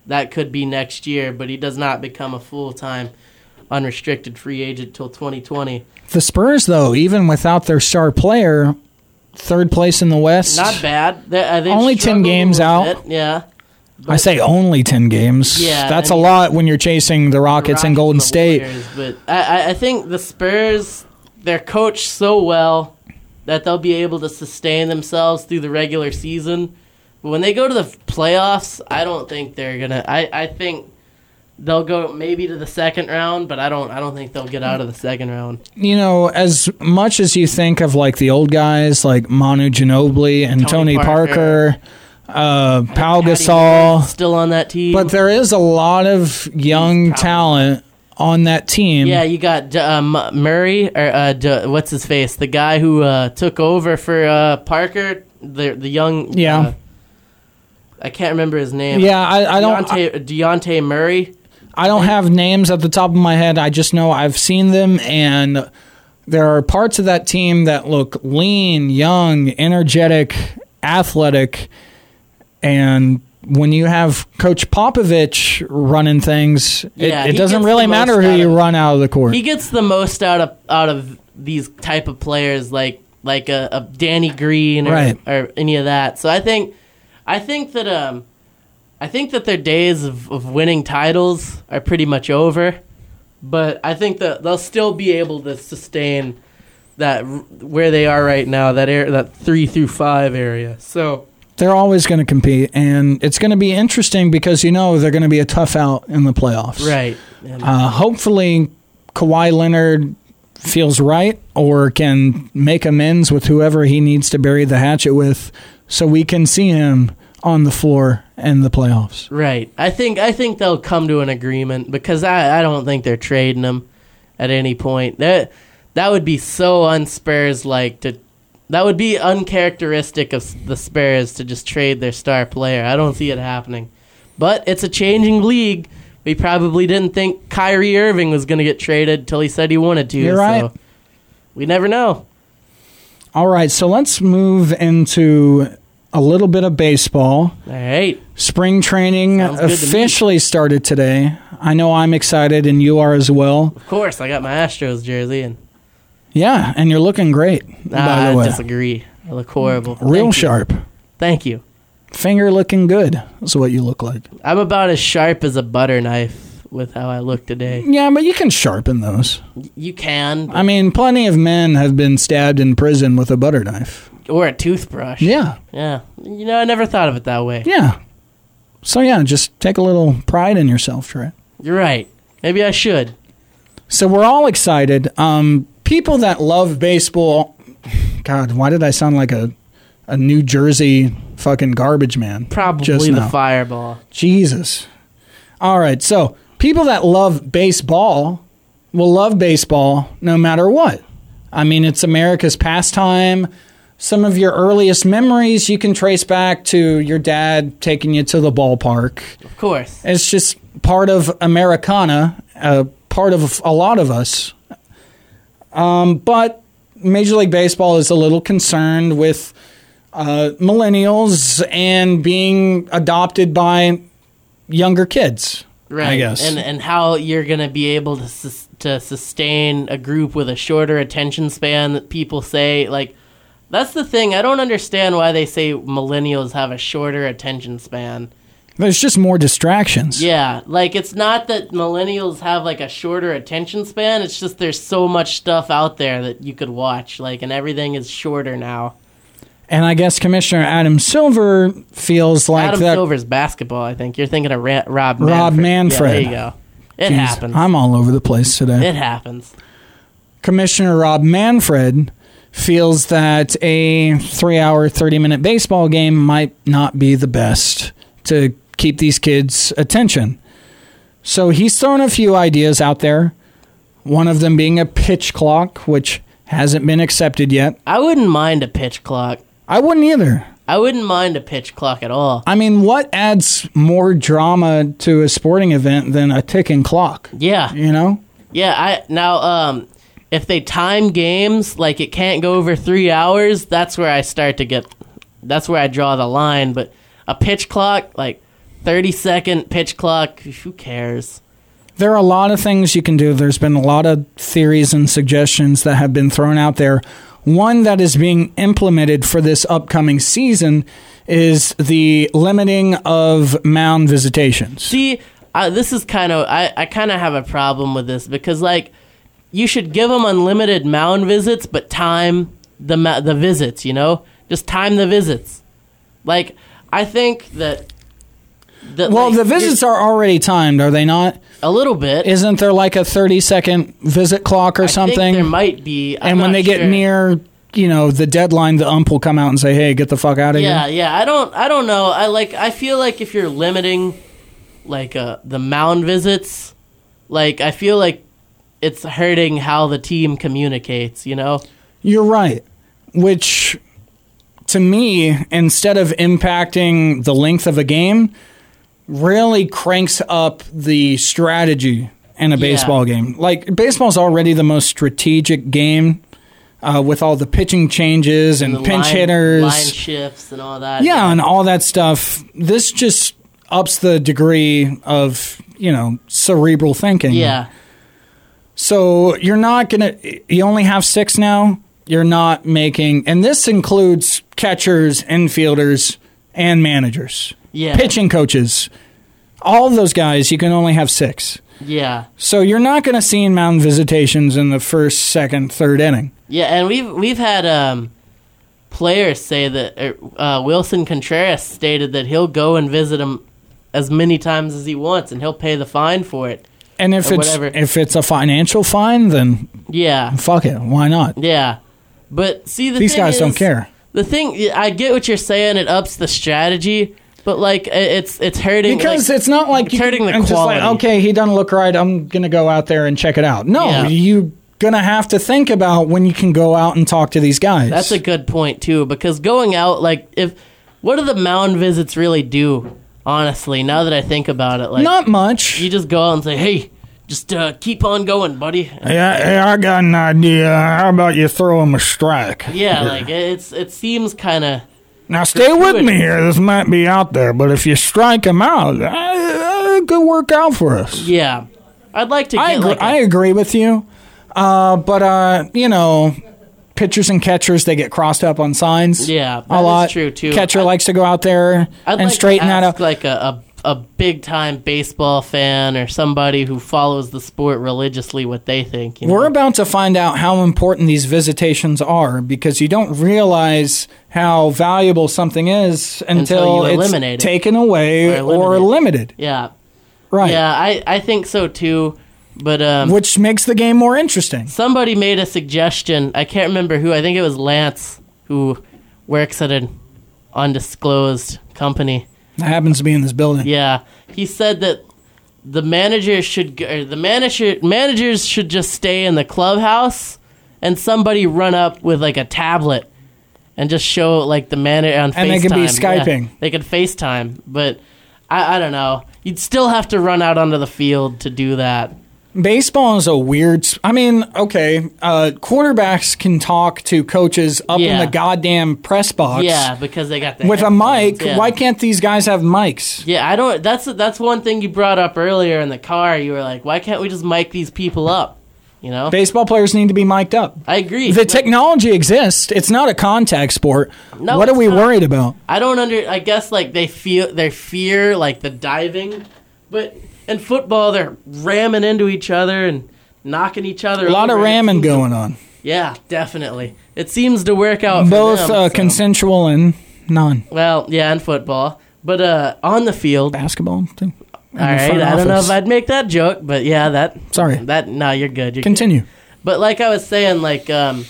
Speaker 2: That could be next year, but he does not become a full-time unrestricted free agent till 2020.
Speaker 1: The Spurs, though, even without their star player, third place in the West.
Speaker 2: Not bad. They, uh, they've
Speaker 1: Only 10
Speaker 2: struggled a
Speaker 1: games
Speaker 2: little
Speaker 1: out.
Speaker 2: bit, Yeah.
Speaker 1: I say only ten games.
Speaker 2: Yeah,
Speaker 1: that's
Speaker 2: I
Speaker 1: a
Speaker 2: mean-
Speaker 1: lot when you're chasing the
Speaker 2: the
Speaker 1: Rockets and
Speaker 2: Rockets
Speaker 1: Golden
Speaker 2: the
Speaker 1: State.
Speaker 2: Warriors, but I, I- I think the Spurs, they're coached so well that they'll be able to sustain themselves through the regular season. But when they go to the playoffs, I don't think they're gonna. I, I think they'll go maybe to the second round, but I don't. I don't think they'll get out of the second round.
Speaker 1: you know, as much as you think of like the old guys like Manu Ginobili and Tony,
Speaker 2: Tony
Speaker 1: Parker,
Speaker 2: Parker.
Speaker 1: uh, Pau
Speaker 2: Patty Miller's
Speaker 1: Gasol,
Speaker 2: still on that team,
Speaker 1: but there is a lot of young talent on that team.
Speaker 2: Yeah, you got um, Murray or uh, D- what's his face, the guy who uh, took over for uh, Parker, the the young.
Speaker 1: Yeah.
Speaker 2: uh, I can't remember his name.
Speaker 1: Yeah, I, I don't.
Speaker 2: Deontay, Deontay Murray.
Speaker 1: I don't have names at the top of my head. I just know I've seen them, and there are parts of that team that look lean, young, energetic, athletic. And when you have Coach Popovich running things,
Speaker 2: Yeah,
Speaker 1: it, it
Speaker 2: he
Speaker 1: doesn't
Speaker 2: gets
Speaker 1: really
Speaker 2: the most
Speaker 1: matter who
Speaker 2: out
Speaker 1: you
Speaker 2: of-
Speaker 1: run out of the court.
Speaker 2: He gets the most out of out of these type of players, like like a, a Danny Green or,
Speaker 1: Right.
Speaker 2: or any of that. So I think, I think that um, I think that their days of, of winning titles are pretty much over. But I think that they'll still be able to sustain that r- where they are right now, that air, that three through five area. So
Speaker 1: They're always going to compete, and it's going to be interesting because you know they're going to be a tough out in the playoffs.
Speaker 2: Right. And
Speaker 1: Uh, hopefully, Kawhi Leonard feels right or can make amends with whoever he needs to bury the hatchet with, so we can see him on the floor in the playoffs.
Speaker 2: Right. I think I think they'll come to an agreement because I, I don't think they're trading him at any point. That that would be so unspurs like to that would be uncharacteristic of s- the Spurs to just trade their star player. I don't see it happening. But it's a changing league. We probably didn't think Kyrie Irving was going to get traded till he said he wanted to.
Speaker 1: You're right.
Speaker 2: So we never know.
Speaker 1: All right, so let's move into a little bit of baseball.
Speaker 2: All right.
Speaker 1: Spring training
Speaker 2: Sounds good to me.
Speaker 1: officially started today. I know I'm excited and you are as well.
Speaker 2: Of course, I got my Astros jersey and
Speaker 1: Yeah, and you're looking great, by
Speaker 2: Ah,
Speaker 1: the
Speaker 2: I
Speaker 1: way.
Speaker 2: disagree. I look horrible. Thank
Speaker 1: Real
Speaker 2: you.
Speaker 1: sharp.
Speaker 2: Thank you.
Speaker 1: Finger looking good is what you look like.
Speaker 2: I'm about as sharp as a butter knife with how I look today.
Speaker 1: Yeah, but you can sharpen those.
Speaker 2: You can,
Speaker 1: I mean, plenty of men have been stabbed in prison with a butter knife.
Speaker 2: or a toothbrush.
Speaker 1: Yeah,
Speaker 2: Yeah. You know, I never thought of it that way.
Speaker 1: yeah. So, yeah, just take a little pride in yourself, Trey.
Speaker 2: You're right. Maybe I should.
Speaker 1: So we're all excited. Um, people that love baseball. God, why did I sound like a a New Jersey fucking garbage man?
Speaker 2: Probably
Speaker 1: just
Speaker 2: the
Speaker 1: now.
Speaker 2: fireball.
Speaker 1: Jesus. All right. So people that love baseball will love baseball no matter what. I mean, it's America's pastime. Some of your earliest memories you can trace back to your dad taking you to the ballpark.
Speaker 2: Of course.
Speaker 1: It's just part of Americana, uh, part of a lot of us. Um, but Major League Baseball is a little concerned with uh, millennials and being adopted by younger kids.
Speaker 2: Right.
Speaker 1: guess.
Speaker 2: And and how you're going to be able to sus- to sustain a group with a shorter attention span that people say like that's the thing. I don't understand why they say millennials have a shorter attention span.
Speaker 1: There's just more distractions.
Speaker 2: Yeah, like it's not that millennials have like a shorter attention span. It's just there's so much stuff out there that you could watch, like, and everything is shorter now.
Speaker 1: And I guess Commissioner Adam Silver feels like
Speaker 2: Adam
Speaker 1: that.
Speaker 2: Silver's basketball. I think you're thinking of Ra- Rob. Manfred.
Speaker 1: Rob
Speaker 2: Yeah,
Speaker 1: Manfred.
Speaker 2: there you go. It
Speaker 1: Jeez,
Speaker 2: happens.
Speaker 1: I'm all over the place today.
Speaker 2: it happens.
Speaker 1: Commissioner Rob Manfred feels that a three hour, 30 minute baseball game might not be the best to keep these kids' attention. So he's thrown a few ideas out there, one of them being a pitch clock, which hasn't been accepted yet.
Speaker 2: I wouldn't mind a pitch clock.
Speaker 1: I wouldn't either.
Speaker 2: I wouldn't mind a pitch clock at all.
Speaker 1: I mean, what adds more drama to a sporting event than a ticking clock?
Speaker 2: Yeah,
Speaker 1: You know?
Speaker 2: yeah. I now, um, if they time games like it can't go over three hours, that's where I start to get. That's where I draw the line. But a pitch clock, like thirty second pitch clock, who cares?
Speaker 1: There are a lot of things you can do. There's been a lot of theories and suggestions that have been thrown out there. One that is being implemented for this upcoming season is the limiting of mound visitations.
Speaker 2: See, I, this is kind of I, I kind of have a problem with this because like you should give them unlimited mound visits, but time the ma- the visits. You know, just time the visits. Like I think that. that
Speaker 1: Well,
Speaker 2: like,
Speaker 1: the visits are already timed, are they not?
Speaker 2: a little bit.
Speaker 1: Isn't there like a 30 second visit clock or
Speaker 2: I think
Speaker 1: something?
Speaker 2: there might be. I'm
Speaker 1: and when
Speaker 2: not
Speaker 1: they get
Speaker 2: sure.
Speaker 1: near, you know, the deadline, the ump will come out and say, hey, get the fuck out of
Speaker 2: yeah,
Speaker 1: here.
Speaker 2: yeah. I don't. I don't know. I like. I feel like if you're limiting, like uh, the mound visits, like I feel like it's hurting how the team communicates. You know.
Speaker 1: You're right. Which, to me, instead of impacting the length of a game, really cranks up the strategy in a baseball game. Like, baseball's already the most strategic game uh, with all the pitching changes and,
Speaker 2: The
Speaker 1: pinch
Speaker 2: line-
Speaker 1: hitters.
Speaker 2: line shifts, and all that.
Speaker 1: yeah, and all that stuff. This just ups the degree of, you know, cerebral thinking.
Speaker 2: Yeah.
Speaker 1: So you're not going to, you only have six now. You're not making, and this includes catchers, infielders, and managers,
Speaker 2: Yeah.
Speaker 1: pitching coaches. All of those guys, you can only have six.
Speaker 2: Yeah.
Speaker 1: So you're not going to see mound visitations in the first, second, third inning.
Speaker 2: Yeah, and we've we've had um players say that uh, Wilson Contreras stated that he'll go and visit him as many times as he wants, and he'll pay the fine for it.
Speaker 1: And if
Speaker 2: Or
Speaker 1: it's
Speaker 2: whatever.
Speaker 1: if it's a financial fine, then
Speaker 2: Yeah,
Speaker 1: fuck it. Why not?
Speaker 2: yeah. But see, the
Speaker 1: These
Speaker 2: thing
Speaker 1: guys don't
Speaker 2: is-
Speaker 1: care.
Speaker 2: The thing I get what you're saying. It ups the strategy, but like it- it's it's hurting
Speaker 1: Because
Speaker 2: like,
Speaker 1: it's not like
Speaker 2: it's hurting the
Speaker 1: I'm just like,
Speaker 2: quality.
Speaker 1: okay, he doesn't look right. I'm gonna go out there and check it out. No,
Speaker 2: Yeah.
Speaker 1: you're gonna have to think about when you can go out and talk to these guys.
Speaker 2: That's a good point too, because going out like if what do the mound visits really do? Honestly, now that I think about it, like
Speaker 1: not much.
Speaker 2: you just go out and say, "Hey, just uh, keep on going, buddy."
Speaker 1: yeah, hey, I got an idea. How about you throw him a strike?
Speaker 2: Yeah, like it's it seems kind of
Speaker 1: Now stay with
Speaker 2: Gratuitous.
Speaker 1: me here. This might be out there, but if you strike him out, uh, it could work out for us.
Speaker 2: yeah. I'd like to get
Speaker 1: I agree,
Speaker 2: like a-
Speaker 1: I agree with you, uh, but uh, you know, pitchers and catchers they get crossed up on signs.
Speaker 2: Yeah, that
Speaker 1: a
Speaker 2: is
Speaker 1: lot.
Speaker 2: true, too.
Speaker 1: Catcher
Speaker 2: I-
Speaker 1: likes to go out there
Speaker 2: I'd
Speaker 1: and
Speaker 2: like
Speaker 1: straighten
Speaker 2: to
Speaker 1: that
Speaker 2: ask,
Speaker 1: out.
Speaker 2: like a, a a big time baseball fan or somebody who follows the sport religiously what they think. You know?
Speaker 1: We're about to find out how important these visitations are because you don't realize how valuable something is until,
Speaker 2: Until you
Speaker 1: it's
Speaker 2: eliminate it.
Speaker 1: taken away
Speaker 2: Or eliminate
Speaker 1: or
Speaker 2: it.
Speaker 1: limited.
Speaker 2: yeah,
Speaker 1: Right.
Speaker 2: yeah. I I think so too, but um.
Speaker 1: Which makes the game more interesting.
Speaker 2: somebody made a suggestion. I can't remember who. I think it was Lance who works at an undisclosed company.
Speaker 1: That happens to be in this building.
Speaker 2: Yeah, he said that the manager should g- or the manager managers should just stay in the clubhouse and somebody run up with like a tablet and just show like the manager on
Speaker 1: And
Speaker 2: FaceTime.
Speaker 1: they could be
Speaker 2: Yeah,
Speaker 1: Skyping.
Speaker 2: they could FaceTime, but I, I don't know. You'd still have to run out onto the field to do that.
Speaker 1: Baseball is a weird. s- I mean, okay, uh, quarterbacks can talk to coaches up in
Speaker 2: Yeah.
Speaker 1: the goddamn press box
Speaker 2: Yeah, because they got the
Speaker 1: with a
Speaker 2: headphones,
Speaker 1: mic.
Speaker 2: yeah.
Speaker 1: Why can't these guys have mics?
Speaker 2: Yeah, I don't. That's that's one thing you brought up earlier in the car. You were like, "Why can't we just mic these people up?" You know,
Speaker 1: Baseball players need to be mic'd up.
Speaker 2: I agree.
Speaker 1: The technology exists. It's not a contact sport.
Speaker 2: No,
Speaker 1: what are
Speaker 2: it's
Speaker 1: we
Speaker 2: not.
Speaker 1: worried about?
Speaker 2: I don't under. I guess like they feel they fear like the diving, but in football they're ramming into each other and knocking each other.
Speaker 1: A lot of
Speaker 2: over. It
Speaker 1: ramming
Speaker 2: seems to-
Speaker 1: going on,
Speaker 2: yeah, definitely. It seems to work out. for
Speaker 1: both
Speaker 2: them,
Speaker 1: uh,
Speaker 2: so.
Speaker 1: consensual and non
Speaker 2: Well, yeah, in football, but uh, on the field.
Speaker 1: basketball. Too. In the
Speaker 2: All right,
Speaker 1: front
Speaker 2: I don't know
Speaker 1: office.
Speaker 2: if I'd make that joke, but yeah, that.
Speaker 1: Sorry.
Speaker 2: That no, you're good. You're good.
Speaker 1: continue.
Speaker 2: But like I was saying, like um,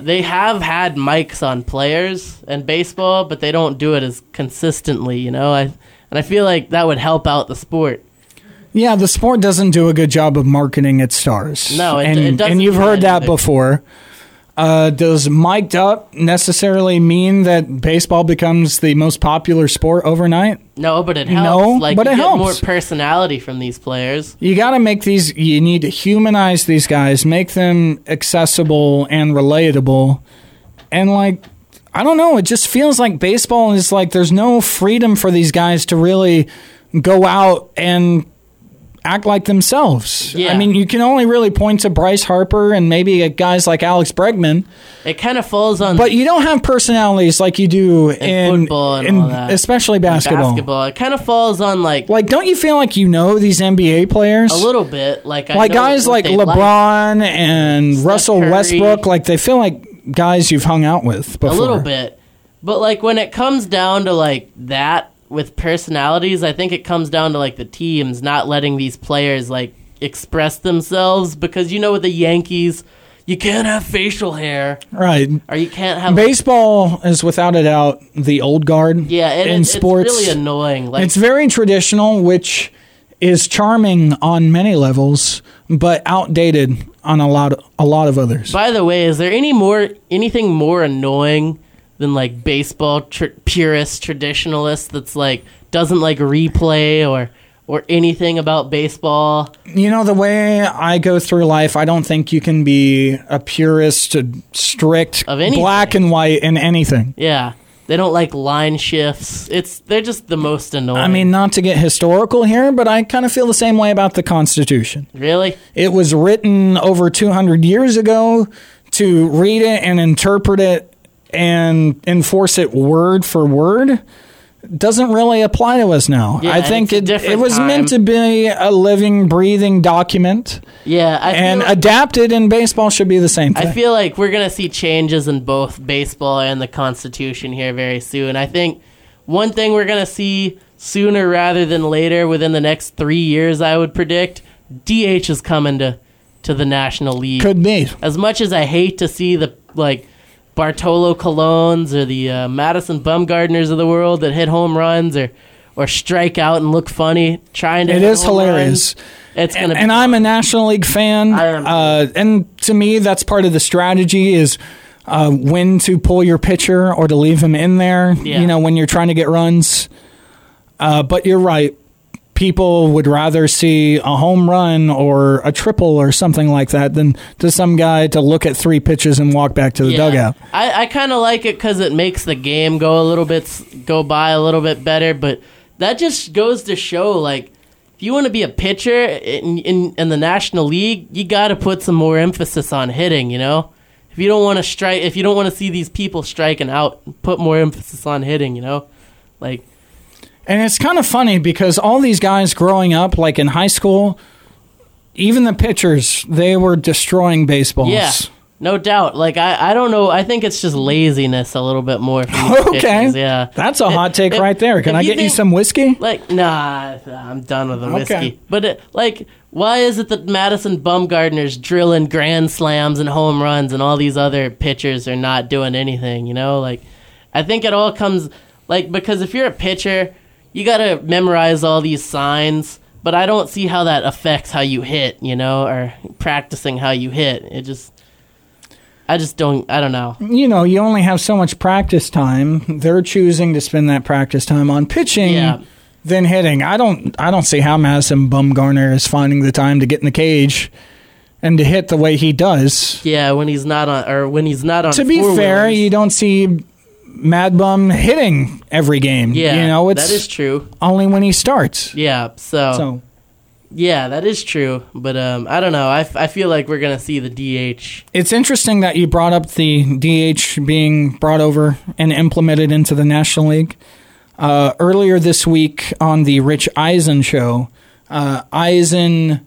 Speaker 2: they have had mics on players in baseball, but they don't do it as consistently. You know, I and I feel like that would help out the sport.
Speaker 1: Yeah, the sport doesn't do a good job of marketing its stars.
Speaker 2: No, it-
Speaker 1: and,
Speaker 2: it doesn't
Speaker 1: And you've
Speaker 2: do
Speaker 1: heard
Speaker 2: that
Speaker 1: that
Speaker 2: either.
Speaker 1: before. Uh, does mic'd up necessarily mean that baseball becomes the most popular sport overnight?
Speaker 2: No, but it helps.
Speaker 1: No,
Speaker 2: like
Speaker 1: but
Speaker 2: you
Speaker 1: it
Speaker 2: get
Speaker 1: helps.
Speaker 2: more personality from these players.
Speaker 1: You got to make these, you need to humanize these guys, make them accessible and relatable. And, like, I don't know, it just feels like baseball is like there's no freedom for these guys to really go out and act like themselves.
Speaker 2: Yeah.
Speaker 1: I mean, you can only really point to Bryce Harper and maybe uh, guys like Alex Bregman,
Speaker 2: It kind of falls on
Speaker 1: but you don't have personalities like you do in,
Speaker 2: football and
Speaker 1: in-
Speaker 2: all that.
Speaker 1: especially basketball.
Speaker 2: basketball. It kind of falls on like
Speaker 1: Like, don't you feel like you know these NBA players?
Speaker 2: a little bit, like I
Speaker 1: like
Speaker 2: know
Speaker 1: guys
Speaker 2: what
Speaker 1: like
Speaker 2: they
Speaker 1: LeBron and Russell
Speaker 2: Curry.
Speaker 1: Westbrook, like they feel like guys you've hung out with before.
Speaker 2: a little bit but like when it comes down to like that with personalities i think it comes down to like the teams not letting these players like express themselves because you know with the yankees you can't have facial hair
Speaker 1: right?
Speaker 2: or you can't have
Speaker 1: Baseball is without a doubt the old guard.
Speaker 2: yeah and
Speaker 1: in
Speaker 2: it's,
Speaker 1: sports,
Speaker 2: it's really annoying like
Speaker 1: It's very traditional, which is charming on many levels, but outdated on a lot a lot of others.
Speaker 2: by the way is there any more anything more annoying than like baseball tr- purist traditionalist that's like doesn't like replay or or anything about baseball
Speaker 1: you know the way I go through life, I don't think you can be a purist, a strict,
Speaker 2: Of anything.
Speaker 1: black and white in anything.
Speaker 2: Yeah. They don't like line shifts. It's they're just the most annoying.
Speaker 1: I mean, not to get historical here, but I kind of feel the same way about the Constitution.
Speaker 2: really?
Speaker 1: It was written over 200 years ago to read it and interpret it and enforce it word for word. doesn't really apply to us now.
Speaker 2: Yeah,
Speaker 1: I
Speaker 2: and it's
Speaker 1: think
Speaker 2: a
Speaker 1: it, it
Speaker 2: different
Speaker 1: was
Speaker 2: time.
Speaker 1: meant to be a living, breathing document,
Speaker 2: Yeah, I
Speaker 1: and
Speaker 2: feel,
Speaker 1: adapted in baseball should be the same thing.
Speaker 2: I feel like we're gonna see changes in both baseball and the Constitution here very soon. I think one thing we're gonna see sooner rather than later, within the next three years, I would predict, DH is coming to to the National League.
Speaker 1: Could be.
Speaker 2: as much as I hate to see the like Bartolo Colons or the uh, Madison Bumgardners of the world that hit home runs or or strike out and look funny trying to.
Speaker 1: It
Speaker 2: hit
Speaker 1: is
Speaker 2: home
Speaker 1: hilarious.
Speaker 2: runs, it's gonna
Speaker 1: and I'm a National League fan.
Speaker 2: I am.
Speaker 1: Uh, and to me, that's part of the strategy is uh, when to pull your pitcher or to leave him in there.
Speaker 2: Yeah.
Speaker 1: You know, when you're trying to get runs. Uh, but you're right. People would rather see a home run or a triple or something like that than to some guy to look at three pitches and walk back to the
Speaker 2: Yeah.
Speaker 1: dugout.
Speaker 2: I, I kind of like it because it makes the game go a little bit s- go by a little bit better. But that just goes to show, like, if you want to be a pitcher in, in in the National League, you got to put some more emphasis on hitting. You know, if you don't want to strike, if you don't want to see these people striking out, put more emphasis on hitting. You know, like
Speaker 1: And it's kind of funny because all these guys growing up, like in high school, even the pitchers, they were destroying baseballs.
Speaker 2: yeah. No doubt. Like I, I don't know. I think it's just laziness a little bit more. From these
Speaker 1: Okay.
Speaker 2: pitchers, Yeah.
Speaker 1: That's a hot take
Speaker 2: if-
Speaker 1: right there. Can
Speaker 2: if
Speaker 1: I
Speaker 2: you
Speaker 1: get you
Speaker 2: think-
Speaker 1: some whiskey?
Speaker 2: Like, nah, I'm done with the whiskey.
Speaker 1: Okay.
Speaker 2: But, it, like, why is it that Madison Bumgardner's drilling grand slams and home runs and all these other pitchers are not doing anything, you know? Like, I think it all comes, like, because if you're a pitcher, you got to memorize all these signs, but I don't see how that affects how you hit, you know, or practicing how you hit. It just, I just don't, I don't know.
Speaker 1: You know, you only have so much practice time. They're choosing to spend that practice time on pitching
Speaker 2: Yeah.
Speaker 1: than hitting. I don't I don't see how Madison Bumgarner is finding the time to get in the cage and to hit the way he does.
Speaker 2: Yeah, when he's not on, or when he's not on.
Speaker 1: to be fair,
Speaker 2: four-wheelers.
Speaker 1: you don't see Mad Bum hitting every game.
Speaker 2: yeah,
Speaker 1: you know, it's
Speaker 2: that is true.
Speaker 1: only when he starts.
Speaker 2: Yeah, so,
Speaker 1: So
Speaker 2: yeah, that is true. But um, I don't know. I, f- I feel like we're gonna see the DH.
Speaker 1: It's interesting that you brought up the DH being brought over and implemented into the National League. Uh, earlier this week on the Rich Eisen show, uh, Eisen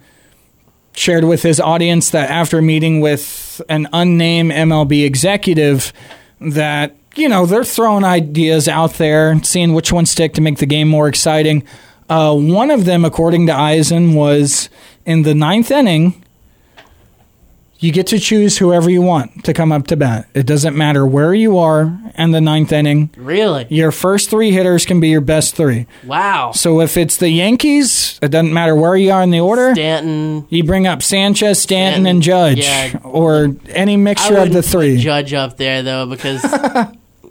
Speaker 1: shared with his audience that after meeting with an unnamed MLB executive, that you know they're throwing ideas out there, seeing which ones stick to make the game more exciting. Uh, one of them, according to Eisen, was in the ninth inning you get to choose whoever you want to come up to bat. It doesn't matter where you are in the ninth inning.
Speaker 2: Really?
Speaker 1: Your first three hitters can be your best three.
Speaker 2: Wow.
Speaker 1: So if it's the Yankees, it doesn't matter where you are in the order.
Speaker 2: Stanton.
Speaker 1: You bring up Sanchez, Stanton, and Judge,
Speaker 2: Yeah.
Speaker 1: or any mixture
Speaker 2: I
Speaker 1: of the
Speaker 2: wouldn't put
Speaker 1: three.
Speaker 2: Judge up there though because.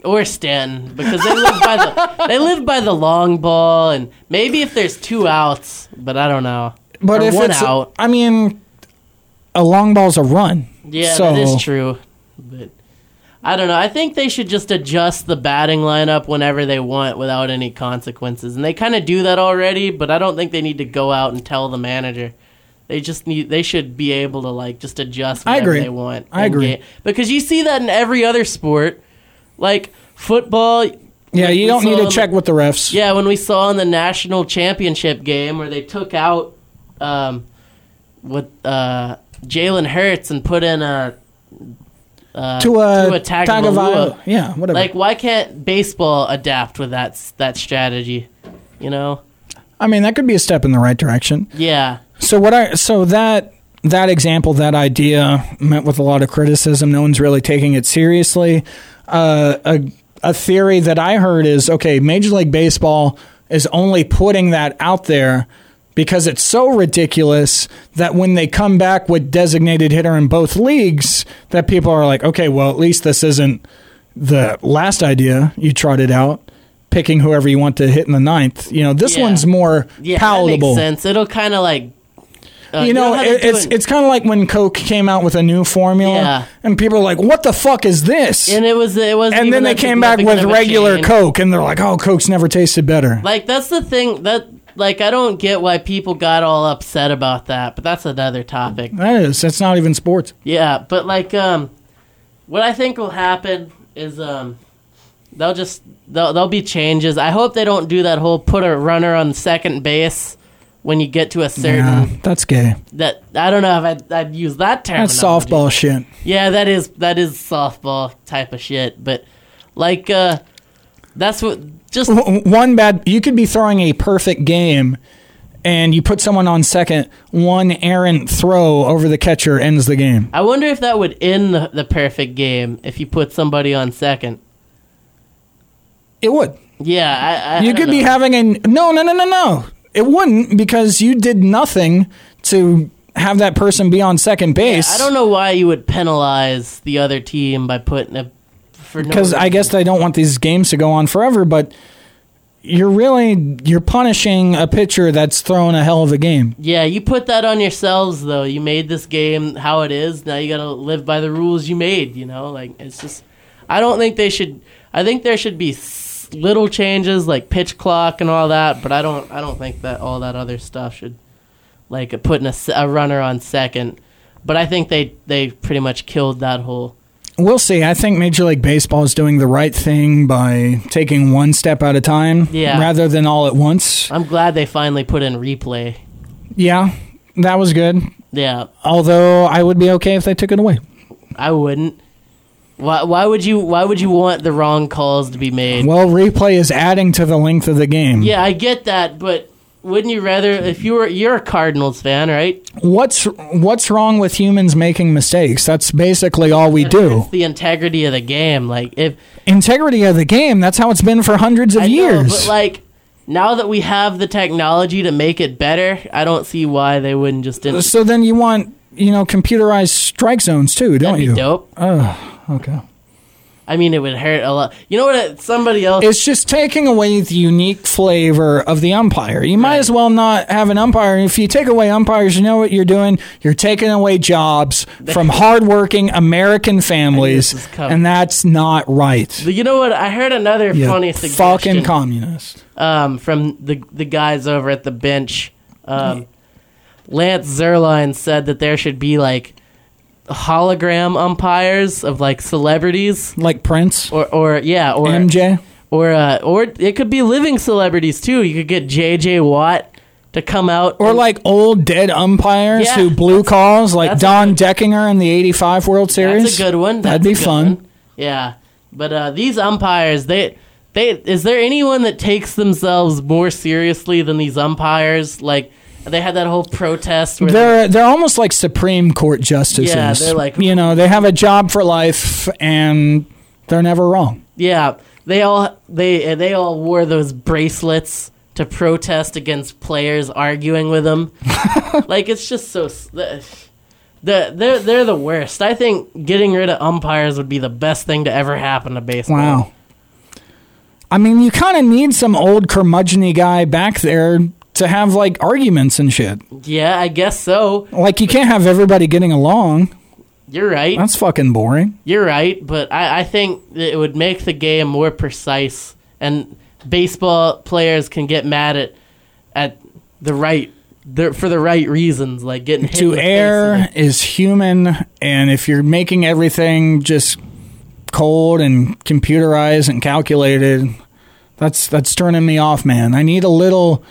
Speaker 2: Or Stanton, because they live by the they live by the long ball, and maybe if there's two outs, but I don't know.
Speaker 1: But
Speaker 2: or
Speaker 1: if
Speaker 2: one
Speaker 1: it's,
Speaker 2: out,
Speaker 1: I mean, a long ball's a run.
Speaker 2: yeah,
Speaker 1: so-
Speaker 2: that is true. But I don't know. I think they should just adjust the batting lineup whenever they want without any consequences, and they kind of do that already. But I don't think they need to go out and tell the manager. They just need. They should be able to like just adjust.
Speaker 1: I
Speaker 2: Whenever
Speaker 1: agree.
Speaker 2: They want.
Speaker 1: I
Speaker 2: in
Speaker 1: agree.
Speaker 2: game. because you see that in every other sport, like football.
Speaker 1: Yeah,
Speaker 2: like
Speaker 1: you
Speaker 2: we
Speaker 1: don't need
Speaker 2: saw
Speaker 1: to
Speaker 2: in-
Speaker 1: check with the refs.
Speaker 2: yeah, when we saw in the national championship game where they took out um, what uh, Jalen Hurts and put in a uh,
Speaker 1: To a,
Speaker 2: Tua Tagovailoa.
Speaker 1: Tagovailoa. Yeah, whatever.
Speaker 2: Like, why can't baseball adapt with that s- that strategy? You know?
Speaker 1: I mean, that could be a step in the right direction.
Speaker 2: Yeah,
Speaker 1: So what I so that that example that idea met with a lot of criticism. No one's really taking it seriously. Uh, a a theory that I heard is okay. Major League Baseball is only putting that out there because it's so ridiculous that when they come back with designated hitter in both leagues, that people are like, okay, well at least this isn't the last idea you trotted out. Picking whoever you want to hit in the ninth, you know this
Speaker 2: Yeah.
Speaker 1: one's more
Speaker 2: yeah,
Speaker 1: palatable
Speaker 2: that makes sense. It'll kind of like uh,
Speaker 1: you know,
Speaker 2: how they
Speaker 1: it,
Speaker 2: do
Speaker 1: it's
Speaker 2: it-
Speaker 1: it's kind of like when Coke came out with a new formula,
Speaker 2: Yeah.
Speaker 1: and people are like, "What the fuck is this?"
Speaker 2: and
Speaker 1: And,
Speaker 2: it was it was
Speaker 1: then they came back with regular Coke, and they're like, "Oh, Coke's never tasted better."
Speaker 2: Like that's the thing that like I don't get why people got all upset about that, but that's another topic.
Speaker 1: that is, that's not even sports.
Speaker 2: Yeah, but like um what I think will happen is um They'll just they'll, they'll be changes. I hope they don't do that whole put a runner on second base when you get to a certain
Speaker 1: Nah, that's gay.
Speaker 2: that I don't know if I'd, I'd use that term.
Speaker 1: That's softball shit.
Speaker 2: Yeah, that is that is softball type of shit. But like, uh that's what just
Speaker 1: W- One bad. You could be throwing a perfect game, and you put someone on second. One errant throw over the catcher ends the game.
Speaker 2: I wonder if that would end the, the perfect game if you put somebody on second.
Speaker 1: It would.
Speaker 2: Yeah, I, I I
Speaker 1: You
Speaker 2: don't
Speaker 1: could be
Speaker 2: know.
Speaker 1: having a no, no, no, no, no. It wouldn't because you did nothing to have that person be on second base.
Speaker 2: I don't know why you would penalize the other team by putting a for no
Speaker 1: because I
Speaker 2: reason.
Speaker 1: guess they don't want these games to go on forever. But you're really you're punishing a pitcher that's thrown a hell of a game.
Speaker 2: Yeah, you put that on yourselves though. You made this game how it is. Now you got to live by the rules you made, you know? Like it's just I don't think they should I think there should be s- little changes like pitch clock and all that, but I don't I don't think that all that other stuff should like putting a, s- a runner on second. But I think they they pretty much killed that whole
Speaker 1: We'll see. I think Major League Baseball is doing the right thing by taking one step at a time
Speaker 2: Yeah.
Speaker 1: rather than all at once.
Speaker 2: I'm glad they finally put in replay.
Speaker 1: Yeah, that was good.
Speaker 2: Yeah,
Speaker 1: Although I would be okay if they took it away.
Speaker 2: I wouldn't. Why why would you why would you want the wrong calls to be made?
Speaker 1: Well, replay is adding to the length of the game.
Speaker 2: Yeah, I get that, but wouldn't you rather if you were you're a Cardinals fan, right?
Speaker 1: What's what's wrong with humans making mistakes? That's basically all we
Speaker 2: It's
Speaker 1: do.
Speaker 2: the integrity of the game. Like if
Speaker 1: Integrity of the game, that's how it's been for hundreds of
Speaker 2: I know,
Speaker 1: years.
Speaker 2: but like now that we have the technology to make it better, I don't see why they wouldn't just didn't.
Speaker 1: so then you want, you know, computerized strike zones too,
Speaker 2: That'd
Speaker 1: don't
Speaker 2: be
Speaker 1: you?
Speaker 2: dope.
Speaker 1: Okay.
Speaker 2: I mean, it would hurt a lot. You know what? uh, Somebody else.
Speaker 1: It's just taking away the unique flavor of the umpire. You might as well not have an umpire. If you take away umpires, you know what you're doing? You're taking away jobs from hardworking American
Speaker 2: this
Speaker 1: families,
Speaker 2: was coming.
Speaker 1: and that's not right.
Speaker 2: you know what? I heard another
Speaker 1: You
Speaker 2: funny
Speaker 1: fucking
Speaker 2: suggestion
Speaker 1: communist.
Speaker 2: um, from the the guys over at the bench. Um, Lance Zerline said that there should be like hologram umpires of like celebrities.
Speaker 1: Like Prince,
Speaker 2: or or yeah, or
Speaker 1: MJ.
Speaker 2: or uh, or it could be living celebrities too. You could get J.J. Watt to come out,
Speaker 1: Or
Speaker 2: and-
Speaker 1: like old dead umpires
Speaker 2: Yeah,
Speaker 1: who blew calls, like
Speaker 2: that's a
Speaker 1: Don Deckinger in the '85 World Series.
Speaker 2: that's a good one.
Speaker 1: That'd
Speaker 2: That's a
Speaker 1: be
Speaker 2: good
Speaker 1: fun.
Speaker 2: one. Yeah, but uh, these umpires, they they is there anyone that takes themselves more seriously than these umpires? Like they had that whole protest where they,
Speaker 1: They're they're almost like Supreme Court justices.
Speaker 2: Yeah, they're like-
Speaker 1: you know they have a job for life and they're never wrong.
Speaker 2: yeah they all they they all wore those bracelets to protest against players arguing with them. like it's just so s- the- the they're they're the worst. I think getting rid of umpires would be the best thing to ever happen to baseball.
Speaker 1: Wow. I mean, you kind of need some old curmudgeony guy back there to have like arguments and shit.
Speaker 2: Yeah, I guess so.
Speaker 1: Like you can't have everybody getting along.
Speaker 2: You're right.
Speaker 1: That's fucking boring.
Speaker 2: You're right, but I, I think that it would make the game more precise, and baseball players can get mad at at the right the, for the right reasons, like getting hit in
Speaker 1: To
Speaker 2: the face with
Speaker 1: err
Speaker 2: it.
Speaker 1: is human, and if you're making everything just cold and computerized and calculated, that's that's turning me off, man. I need a little.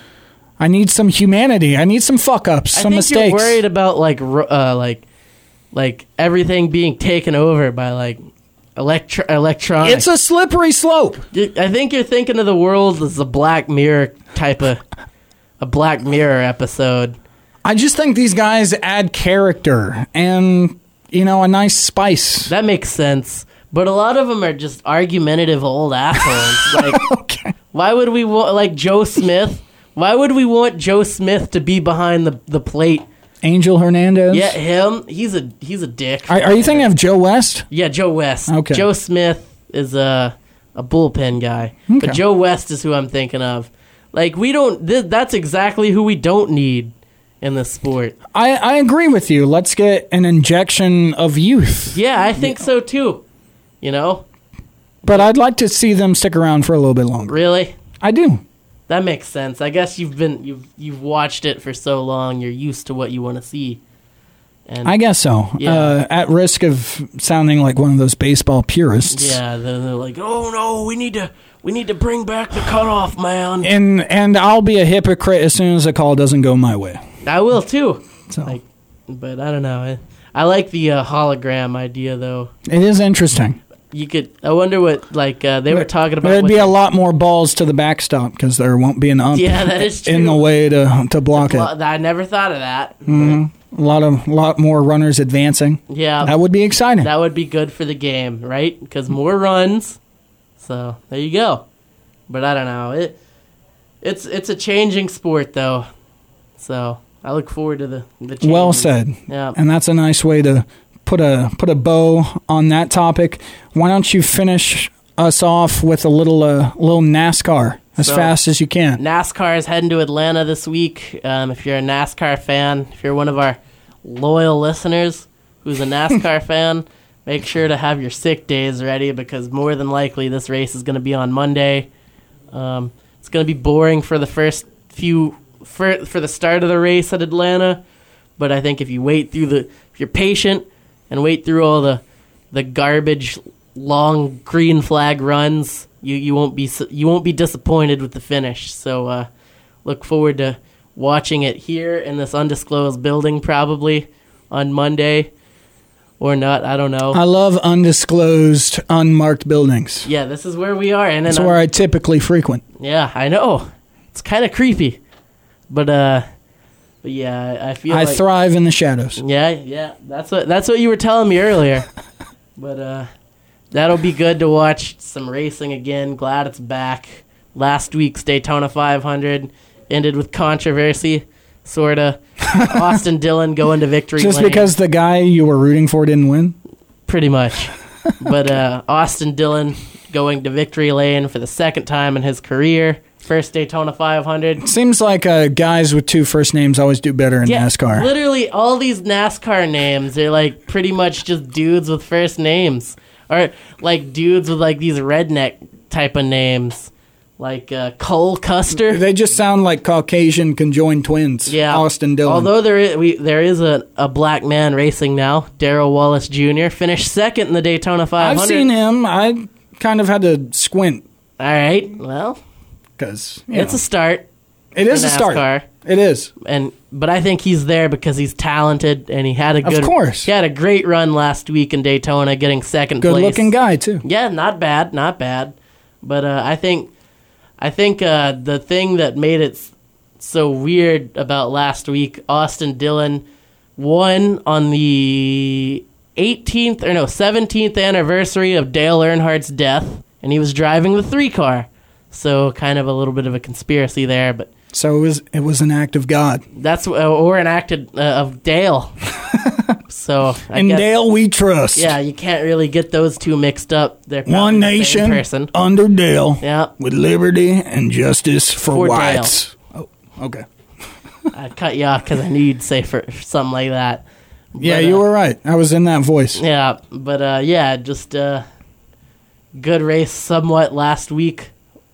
Speaker 1: I need some humanity. I need some fuck ups,
Speaker 2: I
Speaker 1: some
Speaker 2: think
Speaker 1: mistakes.
Speaker 2: you're worried about like ro- uh, like like everything being taken over by like electro electronics.
Speaker 1: it's a slippery slope.
Speaker 2: You- I think you're thinking of the world as a Black Mirror type of a Black Mirror episode.
Speaker 1: I just think these guys add character and you know a nice spice.
Speaker 2: That makes sense. But a lot of them are just argumentative old assholes. like, why would we want like Joe Smith? Why would we want Joe Smith to be behind the, the plate?
Speaker 1: Angel Hernandez.
Speaker 2: Yeah, him. He's a he's a dick.
Speaker 1: Are, are you thinking of Joe West?
Speaker 2: yeah, Joe West.
Speaker 1: Okay.
Speaker 2: Joe Smith is a a bullpen guy,
Speaker 1: Okay.
Speaker 2: but Joe West is who I'm thinking of. Like we don't. Th- that's exactly who we don't need in this sport.
Speaker 1: I, I agree with you. Let's get an injection of youth.
Speaker 2: Yeah, I think so too. You know,
Speaker 1: But I'd like to see them stick around for a little bit longer.
Speaker 2: really.
Speaker 1: I do.
Speaker 2: That makes sense. I guess you've been you've you've watched it for so long, you're used to what you want to see. And
Speaker 1: I guess so.
Speaker 2: Yeah.
Speaker 1: Uh, at risk of sounding like one of those baseball purists.
Speaker 2: yeah, then they're like, "Oh no, we need to we need to bring back the cutoff, man."
Speaker 1: And and I'll be a hypocrite as soon as a call doesn't go my way.
Speaker 2: I will too.
Speaker 1: So
Speaker 2: Like, but I don't know. I, I like the uh, hologram idea though.
Speaker 1: it is interesting.
Speaker 2: You could. I wonder what like uh, they were talking about.
Speaker 1: There'd
Speaker 2: with
Speaker 1: be a
Speaker 2: the-
Speaker 1: lot more balls to the backstop because there won't be an ump
Speaker 2: Yeah, that is true.
Speaker 1: in the way to to block it.
Speaker 2: Well, I never thought of that. but
Speaker 1: A lot of lot more runners advancing.
Speaker 2: Yeah,
Speaker 1: Mm-hmm. That would be exciting.
Speaker 2: that would be good for the game, right? Because more runs. So there you go. But I don't know. It it's it's a changing sport though. So I look forward to the the. Changes.
Speaker 1: well said.
Speaker 2: Yeah.
Speaker 1: And that's a nice way to put a put a bow on that topic. Why don't you finish us off with a little uh, little NASCAR as
Speaker 2: So-
Speaker 1: fast as you can?
Speaker 2: NASCAR is heading to Atlanta this week. Um, if you're a NASCAR fan, if you're one of our loyal listeners who's a NASCAR fan, make sure to have your sick days ready because more than likely this race is going to be on Monday. Um, it's going to be boring for the first few for, for the start of the race at Atlanta, but I think if you wait through the if you're patient and wait through all the the garbage long green flag runs, you you won't be s- you won't be disappointed with the finish. So uh, look forward to watching it here in this undisclosed building probably on Monday or not, I don't know.
Speaker 1: I love undisclosed, unmarked buildings.
Speaker 2: yeah, this is where we are and
Speaker 1: That's
Speaker 2: then
Speaker 1: where I typically frequent.
Speaker 2: Yeah, I know. It's kind of creepy, but uh, but yeah, I feel
Speaker 1: I
Speaker 2: like
Speaker 1: thrive in the shadows.
Speaker 2: yeah, yeah. That's what that's what you were telling me earlier. but uh, that'll be good to watch some racing again. Glad it's back. Last week's Daytona 500 ended with controversy, sorta. Austin Dillon going to victory.
Speaker 1: Just
Speaker 2: lane
Speaker 1: because the guy you were rooting for didn't win?
Speaker 2: pretty much. but uh, Austin Dillon going to victory lane for the second time in his career. First Daytona 500.
Speaker 1: Seems like uh, guys with two first names always do better in NASCAR.
Speaker 2: Literally, all these NASCAR names they are like pretty much just dudes with first names, or like dudes with like these redneck type of names, like uh, Cole Custer.
Speaker 1: They just sound like Caucasian conjoined twins.
Speaker 2: Yeah,
Speaker 1: Austin Dillon.
Speaker 2: Although there is, we, there is a, a black man racing now, Daryl Wallace Jr. finished second in the Daytona 500.
Speaker 1: I've seen him. I kind of had to squint
Speaker 2: All right, well,
Speaker 1: because
Speaker 2: it's a start.
Speaker 1: It is
Speaker 2: for
Speaker 1: a start.
Speaker 2: NASCAR.
Speaker 1: It is.
Speaker 2: and but I think he's there because he's talented and he had a good
Speaker 1: course.
Speaker 2: he had a great run last week in Daytona getting second
Speaker 1: Good
Speaker 2: place.
Speaker 1: looking guy too.
Speaker 2: Yeah, not bad, not bad. But uh, I think I think uh, the thing that made it s- so weird about last week, Austin Dillon won on the 18th or no 17th anniversary of Dale Earnhardt's death, and he was driving the three car. So kind of a little bit of a conspiracy there, but
Speaker 1: So it was it was an act of God.
Speaker 2: that's uh, or an act of, uh, of Dale. so I
Speaker 1: In
Speaker 2: guess,
Speaker 1: Dale we trust.
Speaker 2: yeah, you can't really get those two mixed up. They're probably
Speaker 3: One
Speaker 2: the same
Speaker 3: nation
Speaker 2: person.
Speaker 3: under Dale
Speaker 2: Yeah,
Speaker 3: with liberty and justice for,
Speaker 2: For Dale.
Speaker 3: whites.
Speaker 1: Oh, Okay.
Speaker 2: I cut you off because I knew you'd say for something like that.
Speaker 1: Yeah,
Speaker 2: But,
Speaker 1: you
Speaker 2: uh,
Speaker 1: were right. I was in that voice.
Speaker 2: Yeah, but uh, yeah, just uh, good race somewhat last week.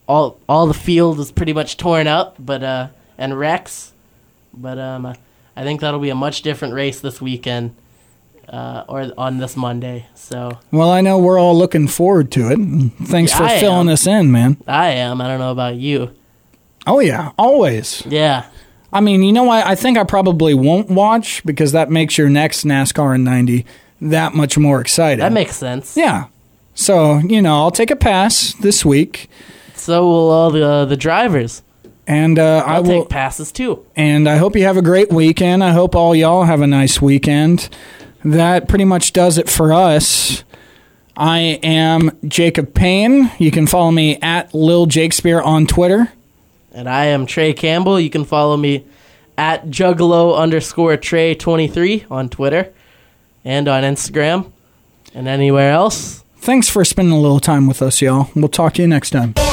Speaker 2: All all the field was pretty much torn up, but uh, and Rex, but um, I think that'll be a much different race this weekend, uh, or on this Monday. So
Speaker 1: Well, I know we're all looking forward to it. Thanks
Speaker 2: Yeah,
Speaker 1: for
Speaker 2: I
Speaker 1: filling
Speaker 2: am.
Speaker 1: us in, man.
Speaker 2: I am. I don't know about you.
Speaker 1: Oh yeah, always.
Speaker 2: Yeah.
Speaker 1: I mean, you know, I, I think I probably won't watch because that makes your next NASCAR in ninety that much more exciting.
Speaker 2: That makes sense.
Speaker 1: yeah. So you know, I'll take a pass this week,
Speaker 2: So will all the uh, the drivers.
Speaker 1: and uh, I
Speaker 2: I'll
Speaker 1: will
Speaker 2: take passes too.
Speaker 1: And I hope you have a great weekend. I hope all y'all have a nice weekend. That pretty much does it for us. I am Jacob Payne. You can follow me at Lil Jakespeare on Twitter.
Speaker 2: And I am Trey Campbell. You can follow me at juggalo underscore Trey twenty three on Twitter and on Instagram and anywhere else.
Speaker 1: Thanks for spending a little time with us, y'all. We'll talk to you next time.